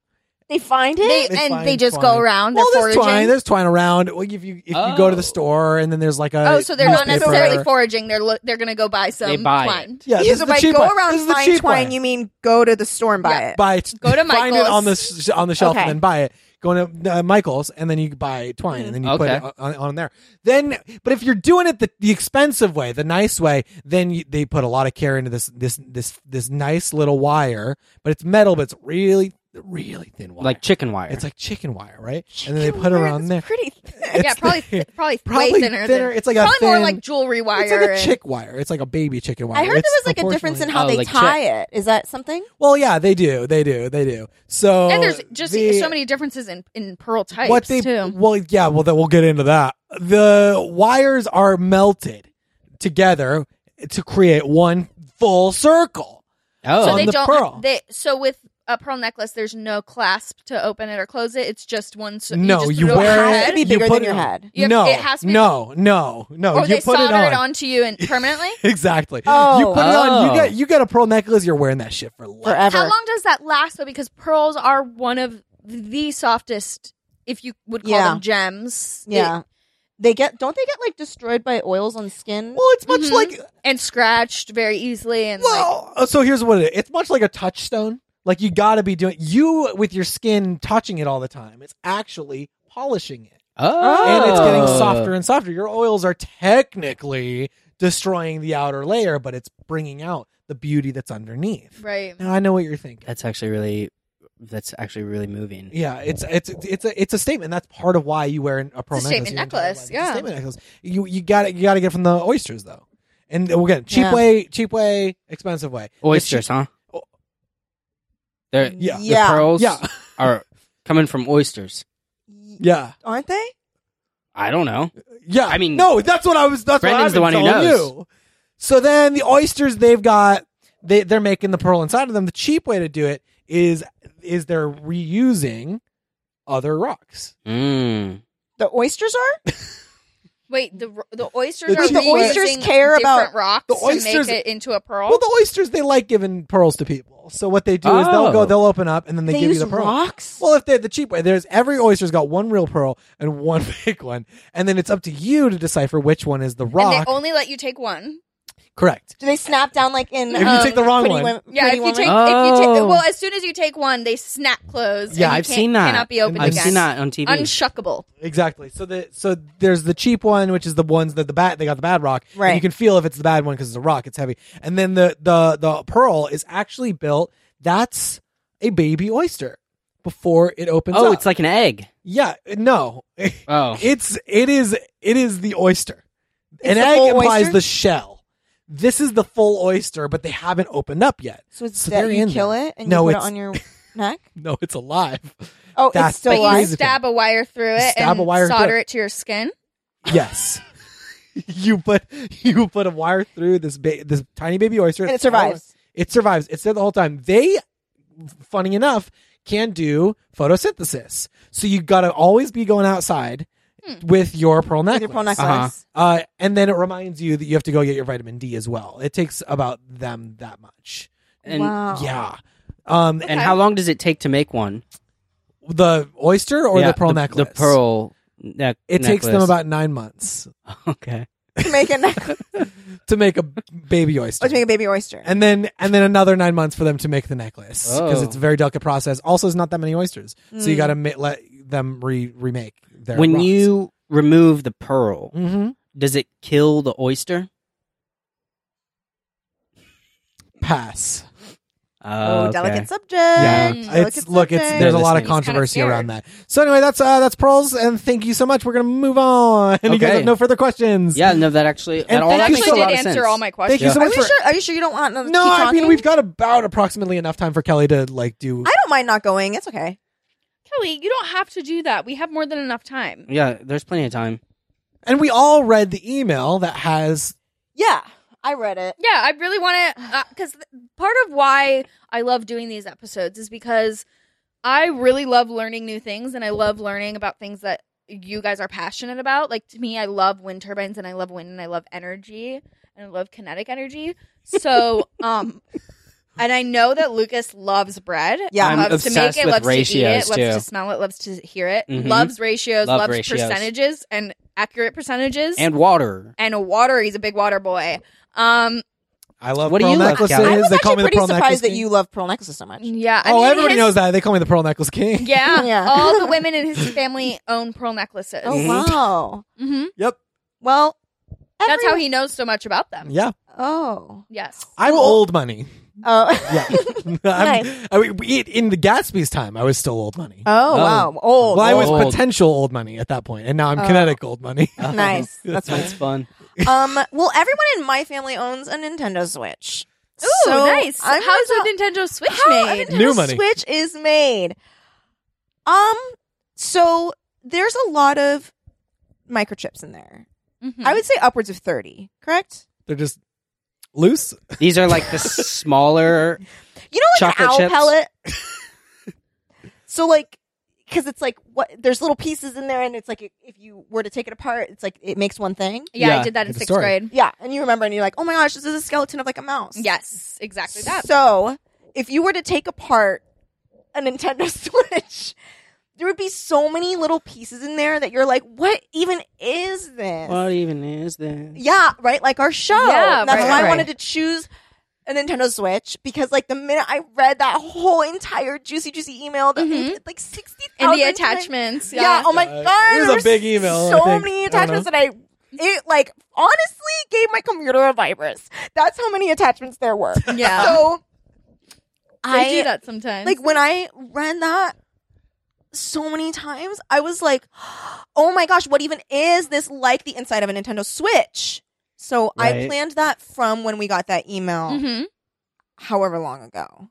Speaker 3: They find it.
Speaker 4: They,
Speaker 1: They
Speaker 4: and
Speaker 1: find
Speaker 4: they just
Speaker 1: twine.
Speaker 4: go around.
Speaker 1: well,
Speaker 4: they're
Speaker 1: there's
Speaker 4: foraging.
Speaker 1: twine. There's twine around. Well, if you if you go to
Speaker 2: Oh.
Speaker 1: the store and then there's like a
Speaker 4: oh, so they're not
Speaker 1: newspaper.
Speaker 4: necessarily foraging. They're lo- they're gonna go buy some
Speaker 2: They buy it.
Speaker 4: twine.
Speaker 1: Yeah,
Speaker 3: Yeah,
Speaker 1: this
Speaker 3: so
Speaker 1: is the
Speaker 3: by
Speaker 1: cheap
Speaker 3: go
Speaker 1: way.
Speaker 3: around
Speaker 1: This is the
Speaker 3: find
Speaker 1: cheap
Speaker 3: twine,
Speaker 1: way.
Speaker 3: you mean go to the store and buy
Speaker 4: Yeah.
Speaker 3: it.
Speaker 1: buy
Speaker 4: Go to
Speaker 1: find it on the
Speaker 4: Michael's.
Speaker 1: sh- on the shelf
Speaker 3: Okay.
Speaker 1: and then buy it. Go to uh, Michael's and then you buy twine and then you put
Speaker 2: Okay.
Speaker 1: it on, on, on there. Then, but if you're doing it the, the expensive way, the nice way, then you, they put a lot of care into this this this this nice little wire. But it's metal, but it's really really thin wire.
Speaker 2: Like chicken wire.
Speaker 1: it's like chicken wire, right? and then they put it around there.
Speaker 3: Pretty thin.
Speaker 1: It's
Speaker 4: yeah, probably
Speaker 1: thin-
Speaker 4: probably,
Speaker 1: probably
Speaker 4: way thinner.
Speaker 1: thinner.
Speaker 4: Than,
Speaker 1: It's like a
Speaker 4: probably more
Speaker 1: thin-
Speaker 4: like jewelry wire.
Speaker 1: It's like a
Speaker 4: and-
Speaker 1: chick wire. It's like a baby chicken wire.
Speaker 3: I heard
Speaker 1: It's
Speaker 3: there was like a difference in
Speaker 1: proportionally-
Speaker 3: how
Speaker 2: Oh,
Speaker 3: they
Speaker 2: like
Speaker 3: tie it. Is that something?
Speaker 1: Well, yeah, they do, they do, they do. So
Speaker 4: and there's just
Speaker 1: the-
Speaker 4: so many differences in, in pearl types
Speaker 1: what they
Speaker 4: too.
Speaker 1: well yeah well then we'll get into that the wires are melted together to create one full circle
Speaker 2: oh,
Speaker 4: So
Speaker 1: on
Speaker 4: they
Speaker 1: the
Speaker 4: don't.
Speaker 1: pearl.
Speaker 4: They, so with a pearl necklace, there's no clasp to open it or close it. It's just one. So
Speaker 1: no
Speaker 4: just
Speaker 1: you,
Speaker 4: throw it on
Speaker 1: wear
Speaker 4: your
Speaker 1: it
Speaker 3: has to
Speaker 4: head,
Speaker 3: be bigger
Speaker 1: you put
Speaker 3: than your
Speaker 1: it on.
Speaker 3: head.
Speaker 4: You have-
Speaker 1: no
Speaker 4: it has to be-
Speaker 1: no no no
Speaker 4: or
Speaker 1: you
Speaker 4: they
Speaker 1: put it
Speaker 4: solder
Speaker 1: on
Speaker 4: it, onto you and permanently.
Speaker 1: exactly
Speaker 3: Oh.
Speaker 1: you put it on
Speaker 2: Oh.
Speaker 1: you got you got a pearl necklace you're wearing that shit for life
Speaker 3: Forever.
Speaker 4: How long does that last though? Because pearls are one of the softest, if you would call
Speaker 3: Yeah.
Speaker 4: them gems.
Speaker 3: Yeah. they get don't they get like destroyed by oils on skin?
Speaker 1: well it's much
Speaker 4: Mhm.
Speaker 1: like
Speaker 4: and scratched very easily and like,
Speaker 1: well uh, so here's what it is it's much like a touchstone like you got to be doing you with your skin touching it all the time it's actually polishing it
Speaker 2: oh,
Speaker 1: and it's getting softer and softer. Your oils are technically destroying the outer layer, but it's bringing out the beauty that's underneath.
Speaker 4: right
Speaker 1: Now I know what you're thinking.
Speaker 2: That's actually really. That's actually really moving.
Speaker 1: Yeah, it's it's it's a it's a statement. That's part of why you wear an- a pearl
Speaker 4: It's a
Speaker 1: necklace.
Speaker 4: statement
Speaker 1: your entire
Speaker 4: necklace,
Speaker 1: life. It's a
Speaker 4: yeah.
Speaker 1: statement necklace. You you got it. You got to get it from the oysters though. And again, cheap
Speaker 3: Yeah.
Speaker 1: way, cheap way, expensive way. The
Speaker 2: Oysters, huh?
Speaker 1: Oh.
Speaker 2: They're,
Speaker 1: uh, Yeah.
Speaker 2: The pearls
Speaker 1: cheap- yeah,
Speaker 2: are coming from oysters.
Speaker 1: yeah,
Speaker 3: Aren't they?
Speaker 2: I don't know.
Speaker 1: yeah.
Speaker 2: I mean-
Speaker 1: no, that's what I was. That's
Speaker 2: Brendan's
Speaker 1: what I've
Speaker 2: the
Speaker 1: been
Speaker 2: one who
Speaker 1: telling
Speaker 2: knows.
Speaker 1: you. So then the oysters they've got they they're making the pearl inside of them. The cheap way to do it is is they're reusing other rocks.
Speaker 2: Mm.
Speaker 3: The oysters are?
Speaker 4: Wait, the ro- the oysters
Speaker 1: The
Speaker 4: are
Speaker 1: two- The
Speaker 3: oysters
Speaker 4: reusing
Speaker 3: care about-
Speaker 4: different rocks
Speaker 1: the oysters-
Speaker 4: to make it into a pearl.
Speaker 1: Well, the oysters they like giving pearls to people. So what they do is they'll go,
Speaker 2: Oh.
Speaker 1: they'll open up, and then they,
Speaker 3: they
Speaker 1: give
Speaker 3: use
Speaker 1: you the pearl.
Speaker 3: rocks.
Speaker 1: Well, if they're the cheap way, there's every oyster's got one real pearl and one fake one, and then it's up to you to decipher which one is the rock.
Speaker 4: And they only let you take one.
Speaker 1: Correct.
Speaker 3: Do they snap down like in?
Speaker 1: If you
Speaker 3: um,
Speaker 1: take the wrong
Speaker 3: Pretty
Speaker 1: one.
Speaker 3: Wom-
Speaker 4: Yeah,
Speaker 3: Pretty
Speaker 4: if you
Speaker 3: Woman?
Speaker 4: take, if you
Speaker 2: Oh.
Speaker 4: take, well, as soon as you take one, they snap close.
Speaker 1: Yeah,
Speaker 4: and you
Speaker 2: I've
Speaker 4: can't-
Speaker 2: seen that.
Speaker 4: Cannot be opened
Speaker 2: I've
Speaker 4: again.
Speaker 2: seen that on TV.
Speaker 4: Unshuckable.
Speaker 1: Exactly. So the so there's the cheap one, which is the ones that the bad they got the bad rock. and
Speaker 3: Right.
Speaker 1: you can feel if it's the bad one because it's a rock, it's heavy. And then the the the pearl is actually built. That's a baby oyster before it opens.
Speaker 2: oh,
Speaker 1: up.
Speaker 2: it's like an egg.
Speaker 1: yeah, no,
Speaker 2: Oh,
Speaker 1: it's it is it is the oyster. An
Speaker 3: the
Speaker 1: egg
Speaker 3: full
Speaker 1: implies
Speaker 3: oyster?
Speaker 1: the shell. This is the full oyster, but they haven't opened up yet.
Speaker 3: So it's
Speaker 1: So
Speaker 3: that
Speaker 1: they're
Speaker 3: you
Speaker 1: in
Speaker 3: kill
Speaker 1: there.
Speaker 3: it and
Speaker 1: No,
Speaker 3: you put it
Speaker 1: it's-
Speaker 3: on your neck.
Speaker 1: No, it's alive.
Speaker 3: Oh,
Speaker 1: That's
Speaker 3: it's still
Speaker 1: the
Speaker 4: But you
Speaker 3: alive.
Speaker 1: easy-
Speaker 4: stab a wire through it
Speaker 1: Stab
Speaker 4: and
Speaker 1: a wire through
Speaker 4: solder
Speaker 1: it.
Speaker 4: it to your skin.
Speaker 1: Yes. you put you put a wire through this ba- this tiny baby oyster,
Speaker 3: and it survives.
Speaker 1: It survives. It's there the whole time. They, funny enough, can do photosynthesis. So you got to always be going outside with your pearl necklace.
Speaker 3: Hmm. With your pearl necklace.
Speaker 2: Uh-huh.
Speaker 1: Uh, and then it reminds you that you have to go get your vitamin D as well. It takes about them that much.
Speaker 2: Uh-huh. and
Speaker 3: wow.
Speaker 1: Yeah. Um,
Speaker 2: and
Speaker 4: Okay.
Speaker 2: how long does it take to make one?
Speaker 1: the oyster or
Speaker 2: Yeah,
Speaker 1: the pearl
Speaker 2: the,
Speaker 1: necklace?
Speaker 2: The pearl. Nec-
Speaker 1: It takes them
Speaker 2: necklace.
Speaker 1: about nine months
Speaker 2: okay.
Speaker 3: to make a necklace
Speaker 1: to make a baby oyster.
Speaker 3: or to make a baby oyster.
Speaker 1: and then and then another nine months for them to make the necklace because
Speaker 2: Oh.
Speaker 1: it's a very delicate process. Also, there's not that many oysters, so you
Speaker 3: Mm.
Speaker 1: got to ma- let them re- remake their.
Speaker 2: When you remove the pearl,
Speaker 1: hmm
Speaker 2: does it kill the oyster?
Speaker 1: pass,
Speaker 2: Uh,
Speaker 3: oh,
Speaker 2: okay.
Speaker 3: delicate subject.
Speaker 1: yeah,
Speaker 4: Mm.
Speaker 1: it's look, it's
Speaker 3: subject.
Speaker 1: there's a lot of
Speaker 2: Yeah, this thing is kinda
Speaker 1: controversy
Speaker 4: scared.
Speaker 1: around that. So anyway, that's uh, that's pearls, and thank you so much. We're gonna move on. And you guys
Speaker 2: Okay.
Speaker 1: have no further questions.
Speaker 2: Yeah, no, that actually that, all
Speaker 1: Oh, thank
Speaker 2: that
Speaker 1: you
Speaker 4: actually
Speaker 2: makes a
Speaker 1: so-
Speaker 4: did
Speaker 2: lot of
Speaker 4: answer
Speaker 2: sense.
Speaker 4: all my questions.
Speaker 1: Thank you so
Speaker 3: Are
Speaker 1: much
Speaker 3: you
Speaker 1: for.
Speaker 3: sure? Are you sure you don't want them to
Speaker 1: No,
Speaker 3: keep
Speaker 1: I mean
Speaker 3: talking?
Speaker 1: we've got about approximately enough time for Kelly to like do.
Speaker 3: I don't mind not going. It's okay.
Speaker 4: Kelly, you don't have to do that. We have more than enough time.
Speaker 2: yeah, there's plenty of time.
Speaker 1: And we all read the email that has
Speaker 3: Yeah, I read it.
Speaker 4: Yeah, I really want to because th- part of why I love doing these episodes is because I really love learning new things and I love learning about things that you guys are passionate about. Like to me, I love wind turbines and I love wind and I love energy and I love kinetic energy. So, um and I know that Lucas loves bread.
Speaker 3: Yeah. I'm
Speaker 4: loves to make
Speaker 2: obsessed
Speaker 4: it,
Speaker 2: with
Speaker 4: loves to eat
Speaker 2: ratios,
Speaker 4: it, loves
Speaker 2: too.
Speaker 4: to smell it, loves to hear it.
Speaker 2: Mhm.
Speaker 4: Loves ratios,
Speaker 2: Love
Speaker 4: loves
Speaker 2: ratios.
Speaker 4: percentages and accurate percentages.
Speaker 2: And water.
Speaker 4: and a water, he's a big water boy. Um
Speaker 1: I love
Speaker 2: What do
Speaker 1: pearl
Speaker 2: you like,
Speaker 1: necklaces.
Speaker 2: Kelly? I
Speaker 3: was
Speaker 1: they call
Speaker 3: actually
Speaker 1: me the
Speaker 3: pretty
Speaker 1: pearl necklace
Speaker 3: surprised that
Speaker 1: king.
Speaker 3: you love pearl necklaces so much.
Speaker 4: Yeah. I
Speaker 1: oh,
Speaker 4: mean,
Speaker 1: everybody
Speaker 4: his-
Speaker 1: knows that. They call me the Pearl Necklace King.
Speaker 4: Yeah.
Speaker 3: Yeah.
Speaker 4: All the women in his family own pearl necklaces.
Speaker 3: Oh wow.
Speaker 4: hmm
Speaker 1: Yep.
Speaker 3: Well,
Speaker 4: That's how
Speaker 3: every-
Speaker 4: he knows so much about them.
Speaker 1: Yeah.
Speaker 3: Oh.
Speaker 4: Yes.
Speaker 1: I'm old money.
Speaker 3: Oh.
Speaker 1: Yeah. I'm,
Speaker 3: Nice.
Speaker 1: I mean, we- in the Gatsby's time, I was still old money.
Speaker 3: Oh, wow. Old.
Speaker 1: well, I was
Speaker 2: Old.
Speaker 1: potential old money at that point, and now I'm
Speaker 3: Oh.
Speaker 1: kinetic old money.
Speaker 3: Nice. That's
Speaker 2: That's fun.
Speaker 3: um. Well, everyone in my family owns a Nintendo Switch.
Speaker 4: Ooh, nice.
Speaker 3: I'm
Speaker 4: How's
Speaker 3: gonna-
Speaker 4: the Nintendo Switch
Speaker 3: how a
Speaker 4: made?
Speaker 3: Nintendo
Speaker 1: New money.
Speaker 3: Switch is made. Um. So there's a lot of microchips in there.
Speaker 4: Mhm.
Speaker 3: I would say upwards of thirty. Correct.
Speaker 1: They're just loose.
Speaker 2: These are like the smaller.
Speaker 3: You know, like an
Speaker 2: Chocolate
Speaker 3: owl
Speaker 2: chips?
Speaker 3: pellet. so like. Because it's like what there's little pieces in there, and it's like if if you were to take it apart, it's like it makes one thing.
Speaker 4: yeah,
Speaker 2: Yeah.
Speaker 4: I did that in
Speaker 1: Good
Speaker 4: sixth
Speaker 1: story.
Speaker 4: grade.
Speaker 3: Yeah, and you remember, and you're like, oh my gosh, this is a skeleton of like a mouse.
Speaker 4: Yes, exactly that.
Speaker 3: So, if you were to take apart a Nintendo Switch, there would be so many little pieces in there that you're like, what even is this?
Speaker 2: What even is this?
Speaker 3: Yeah, right? Like our show.
Speaker 4: Yeah,
Speaker 3: That's
Speaker 4: right,
Speaker 3: why I
Speaker 2: right.
Speaker 3: wanted to choose a Nintendo Switch because, like, the minute I read that whole entire juicy, juicy email, that
Speaker 4: Mhm.
Speaker 3: like 60
Speaker 4: and the attachments.
Speaker 3: yeah.
Speaker 4: Yeah.
Speaker 3: Oh my
Speaker 1: Uh,
Speaker 3: god.
Speaker 1: it was a
Speaker 3: there were
Speaker 1: big email,
Speaker 3: So
Speaker 1: I think.
Speaker 3: many
Speaker 1: I don't
Speaker 3: attachments that I it like honestly gave my computer a virus. That's how many attachments there were.
Speaker 4: Yeah.
Speaker 3: So
Speaker 4: I do
Speaker 3: I
Speaker 4: that sometimes.
Speaker 3: like when I read that so many times, I was like, "Oh my gosh, what even is this like the inside of a Nintendo Switch?" So I
Speaker 2: Right.
Speaker 3: planned that from when we got that
Speaker 1: Oh.
Speaker 3: email,
Speaker 4: hmm
Speaker 3: however long ago.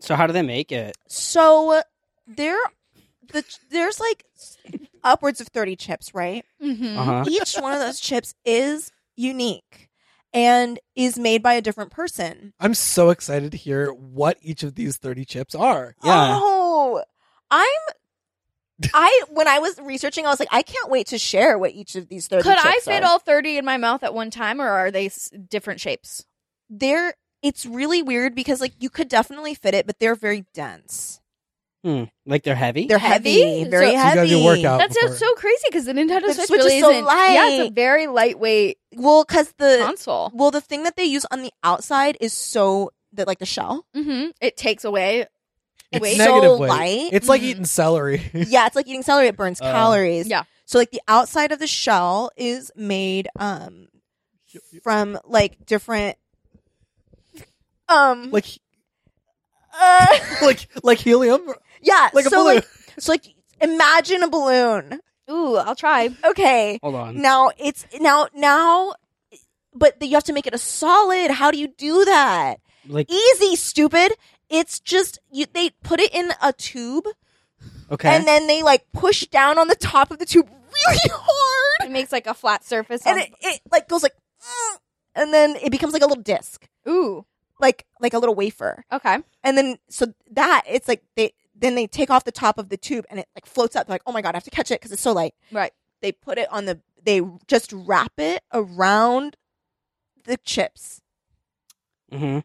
Speaker 2: So how do they make it?
Speaker 3: So there, the there's like upwards of thirty chips, right?
Speaker 4: hmm
Speaker 1: Uh-huh.
Speaker 2: Uh huh.
Speaker 3: each one of those chips is unique and is made by a different person.
Speaker 1: I'm so excited to hear what each of these 30 chips are.
Speaker 2: Yeah.
Speaker 3: Oh, I'm I when I was researching, I was like, I can't wait to share what each of these thirty.
Speaker 4: Could I
Speaker 3: chips
Speaker 4: fit
Speaker 3: are.
Speaker 4: all 30 in my mouth at one time or are they s- different shapes?
Speaker 3: They're it's really weird because like you could definitely fit it, but they're very dense.
Speaker 2: Hmm. Like they're heavy.
Speaker 3: They're heavy,
Speaker 4: Heavy?
Speaker 3: very
Speaker 1: So
Speaker 4: So- So you
Speaker 1: you
Speaker 3: heavy.
Speaker 1: gotta do a workout.
Speaker 4: That's
Speaker 1: Oh, before.
Speaker 4: so crazy because the Nintendo
Speaker 3: The
Speaker 4: Switch,
Speaker 3: Switch is
Speaker 4: really
Speaker 3: so
Speaker 4: isn't. Yeah, it's a
Speaker 3: light.
Speaker 4: very lightweight
Speaker 3: Well, because the
Speaker 4: console.
Speaker 3: well the thing that they use on the outside is so that like the shell.
Speaker 4: hmm It takes away.
Speaker 1: It's
Speaker 3: It's
Speaker 4: weight.
Speaker 1: negative
Speaker 3: so
Speaker 1: weight.
Speaker 3: light.
Speaker 1: It's like
Speaker 4: Mhm.
Speaker 1: eating celery.
Speaker 3: yeah, it's like eating celery. It burns
Speaker 1: Uh,
Speaker 3: calories.
Speaker 4: yeah.
Speaker 3: So like the outside of the shell is made um from like different um
Speaker 1: like
Speaker 3: uh,
Speaker 1: like like helium.
Speaker 3: yeah
Speaker 1: Like a
Speaker 3: so
Speaker 1: balloon.
Speaker 3: like so like imagine a balloon.
Speaker 4: Ooh, I'll try.
Speaker 3: Okay.
Speaker 2: Hold on.
Speaker 3: Now it's now now but you have to make it a solid. How do you do that?
Speaker 2: Like
Speaker 3: Easy, stupid. It's just you they put it in a tube
Speaker 2: okay.
Speaker 3: and then they like push down on the top of the tube really hard.
Speaker 4: It makes like a flat surface.
Speaker 3: and
Speaker 4: on-
Speaker 3: it, it like goes like "Mm," and then it becomes like a little disc
Speaker 4: Ooh,
Speaker 3: like like a little wafer
Speaker 4: okay.
Speaker 3: and then so that it's like they then they take off the top of the tube and it like floats up They're like oh my god i have to catch it because it's so light
Speaker 4: Right.
Speaker 3: they put it on the they just wrap it around the chips
Speaker 2: hmm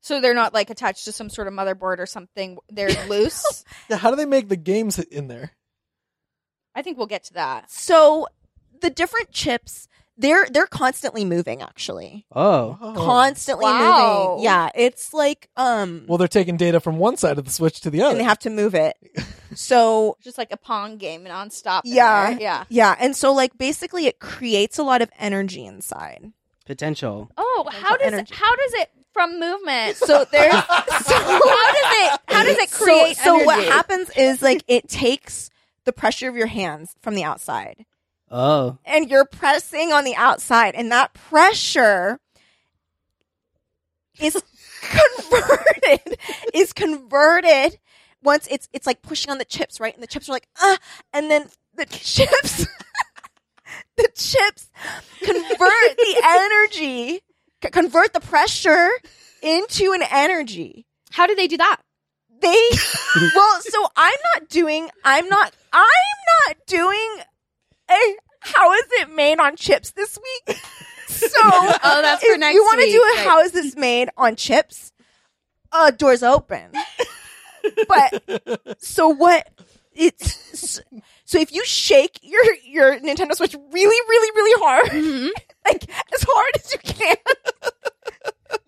Speaker 4: So they're not like attached to some sort of motherboard or something. They're loose.
Speaker 1: Yeah, How do they make the games in there?
Speaker 4: I think we'll get to that.
Speaker 3: so the different chips they're they're constantly moving actually
Speaker 2: Oh.
Speaker 3: constantly
Speaker 4: Wow.
Speaker 3: moving yeah it's like um
Speaker 1: Well, they're taking data from one side of the switch to the other.
Speaker 3: and they have to move it so
Speaker 4: Just like a pong game nonstop. in
Speaker 3: Yeah.
Speaker 4: there. yeah.
Speaker 3: Yeah, and so like basically it creates a lot of energy inside.
Speaker 2: Potential.
Speaker 4: Oh,
Speaker 3: Mental
Speaker 4: how does
Speaker 3: energy.
Speaker 4: how does it from movement?
Speaker 3: So there's so
Speaker 4: how does it how does it create?
Speaker 3: so, so what
Speaker 4: energy?
Speaker 3: happens is like it takes the pressure of your hands from the outside
Speaker 2: Oh.
Speaker 3: and you're pressing on the outside and that pressure is converted is converted once it's it's like pushing on the chips right and the chips are like ah and then the chips the chips convert the energy c- convert the pressure into an energy
Speaker 4: How do they do that?
Speaker 3: they well so i'm not doing i'm not i'm not doing a how is it made on chips this week so
Speaker 4: Oh, that's for
Speaker 3: if
Speaker 4: next
Speaker 3: you wanna do
Speaker 4: week,
Speaker 3: a
Speaker 4: right.
Speaker 3: how is this made on chips uh doors open but so what it's so if you shake your your nintendo switch really really really hard
Speaker 4: Mhm.
Speaker 3: like as hard as you can.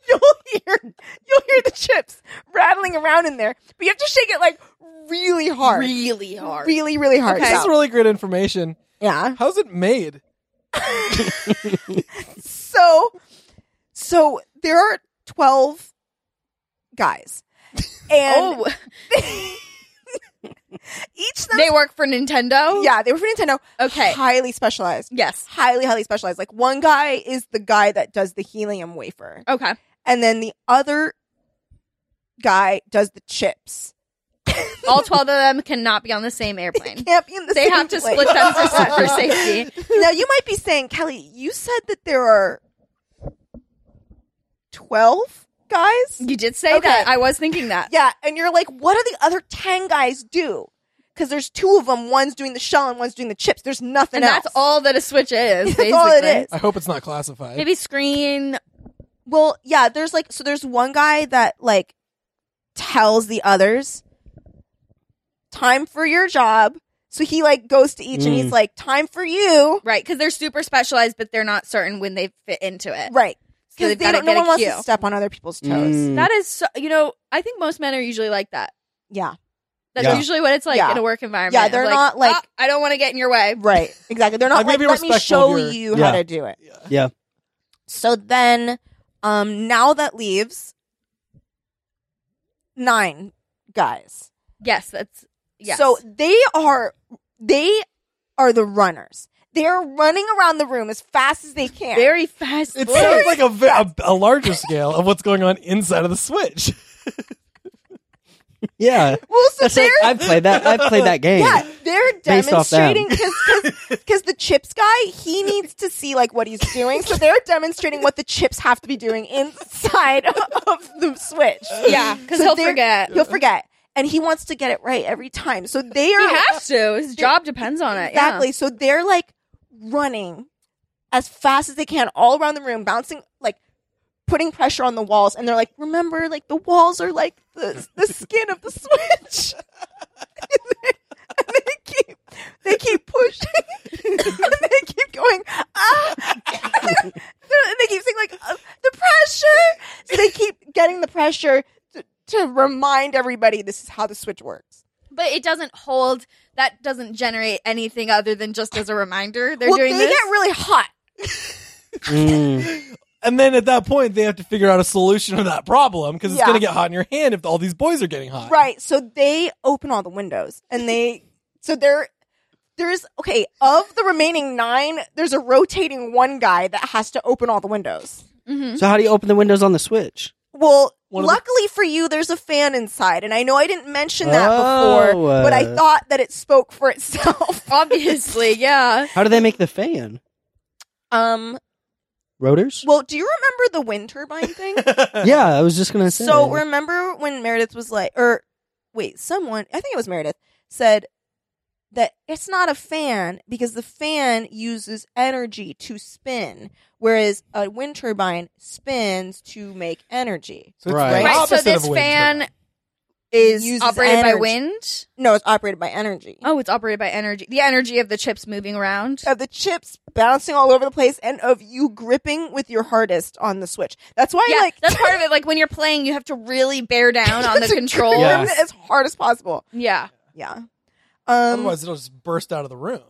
Speaker 3: you'll hear you'll hear the chips rattling around in there, but you have to shake it like really hard,
Speaker 4: Really hard.
Speaker 3: really, really hard.
Speaker 4: Okay.
Speaker 1: This is really great information.
Speaker 3: Yeah.
Speaker 1: How's it made?
Speaker 3: So, so there are twelve guys, and
Speaker 4: oh,
Speaker 3: each of them.
Speaker 4: they work for Nintendo.
Speaker 3: yeah, they were for Nintendo.
Speaker 4: Okay.
Speaker 3: Highly specialized.
Speaker 4: Yes.
Speaker 3: Highly, highly specialized. Like one guy is the guy that does the helium wafer.
Speaker 4: Okay.
Speaker 3: And then the other guy does the chips.
Speaker 4: All twelve of them cannot be on the same airplane.
Speaker 3: can't be in the
Speaker 4: They
Speaker 3: same
Speaker 4: have to
Speaker 3: place.
Speaker 4: split them for, for safety.
Speaker 3: Now you might be saying, Kelly, you said that there are twelve guys.
Speaker 4: You did say
Speaker 3: Okay.
Speaker 4: that. I was thinking that.
Speaker 3: Yeah, and you're like, what do the other ten guys do? Because there's two of them. One's doing the shell and one's doing the chips. There's nothing
Speaker 4: and
Speaker 3: else.
Speaker 4: that's all that a switch is.
Speaker 3: That's all it
Speaker 4: basically.
Speaker 3: is.
Speaker 1: I hope it's not classified.
Speaker 4: Maybe screen.
Speaker 3: Well, yeah, there's like so there's one guy that like tells the others time for your job. So he like goes to each and he's
Speaker 2: Mm.
Speaker 3: like time for you.
Speaker 4: Right, because they're super specialized, but they're not certain when they fit into it.
Speaker 3: Right.
Speaker 4: So
Speaker 3: Cuz
Speaker 4: they've
Speaker 3: they
Speaker 4: gotta
Speaker 3: don't no
Speaker 4: get a
Speaker 3: one wants
Speaker 4: cue.
Speaker 3: to step on other people's toes.
Speaker 2: Mm.
Speaker 4: That is, so, you know, I think most men are usually like that.
Speaker 3: Yeah.
Speaker 4: That's
Speaker 1: Yeah.
Speaker 4: usually what it's like
Speaker 3: Yeah.
Speaker 4: in a work environment.
Speaker 3: Yeah, they're not like-
Speaker 4: "Ah, I don't want to get in your way.
Speaker 3: Right. Exactly. They're
Speaker 1: Like,
Speaker 3: not like,
Speaker 1: maybe
Speaker 3: let me
Speaker 1: respectful
Speaker 3: show
Speaker 1: of your-
Speaker 3: you
Speaker 2: Yeah.
Speaker 3: how to do it.
Speaker 1: Yeah.
Speaker 2: Yeah.
Speaker 3: So then um now that leaves nine guys.
Speaker 4: Yes, that's yes.
Speaker 3: So they are they are the runners. They are running around the room as fast as they can.
Speaker 4: very fast.
Speaker 1: It
Speaker 4: forward.
Speaker 1: sounds like a, ve- a, a larger scale of what's going on inside of the Switch.
Speaker 2: Yeah.
Speaker 3: well, so
Speaker 2: That's like,
Speaker 3: they're
Speaker 2: I've played that. I've played that game.
Speaker 3: yeah, they're
Speaker 2: Based off them.
Speaker 3: demonstrating because the chips guy he needs to see like what he's doing, so they're demonstrating what the chips have to be doing inside of the switch.
Speaker 4: yeah, because
Speaker 3: So
Speaker 4: he'll
Speaker 3: they're-
Speaker 4: forget.
Speaker 3: He'll forget. and he wants to get it right every time. So they are
Speaker 4: He has to. His job depends on it.
Speaker 3: exactly. So they're like running as fast as they can all around the room, bouncing like putting pressure on the walls, and they're like, "Remember, like the walls are like the the skin of the switch." and they, and they keep they keep pushing, and they keep going ah. and they keep saying like "Uh, the pressure. So they keep getting the pressure. To, to remind everybody this is how the switch works.
Speaker 4: Yeah. But it doesn't hold. That doesn't generate anything other than just as a reminder. They're
Speaker 3: well, they
Speaker 4: doing this.
Speaker 3: get really hot.
Speaker 2: Mm.
Speaker 1: And then at that point, they have to figure out a solution to that problem because it's
Speaker 3: Yeah.
Speaker 1: going to get hot in your hand if all these boys are getting hot.
Speaker 3: Right. So they open all the windows and they so there there's okay, of the remaining nine, there's a rotating one guy that has to open all the windows.
Speaker 4: Mhm.
Speaker 2: So how do you open the windows on the Switch?
Speaker 3: Well,
Speaker 1: One of the-
Speaker 3: luckily for you, there's a fan inside, and I know I didn't mention that
Speaker 2: Oh,
Speaker 3: before,
Speaker 2: uh,
Speaker 3: but I thought that it spoke for itself.
Speaker 4: Obviously, yeah.
Speaker 2: How do they make the fan?
Speaker 3: Um.
Speaker 2: Rotors?
Speaker 3: Well, do you remember the wind turbine thing?
Speaker 2: yeah, I was just gonna say.
Speaker 3: so remember when Meredith was like, or wait, someone, I think it was Meredith, said that it's not a fan because the fan uses energy to spin, whereas a wind turbine spins to make energy.
Speaker 1: So it's
Speaker 2: Right.
Speaker 1: the
Speaker 4: Right. So
Speaker 1: opposite of
Speaker 4: this
Speaker 1: a wind
Speaker 3: um,
Speaker 4: fan
Speaker 1: turbine.
Speaker 4: is
Speaker 3: Uses
Speaker 4: operated by
Speaker 3: energy.
Speaker 4: wind.
Speaker 3: No, it's operated by energy.
Speaker 4: Oh, it's operated by energy. The energy of the chips moving around.
Speaker 3: Of the chips bouncing all over the place and of you gripping with your hardest on the switch. That's why,
Speaker 4: yeah,
Speaker 3: like,
Speaker 4: that's part of it. Like when you're playing, you have to really bear down on the
Speaker 3: to grip
Speaker 4: controls.
Speaker 2: Yeah.
Speaker 4: Yeah.
Speaker 3: it as hard as possible. Yeah. Um,
Speaker 1: Otherwise, it'll just burst out of the room.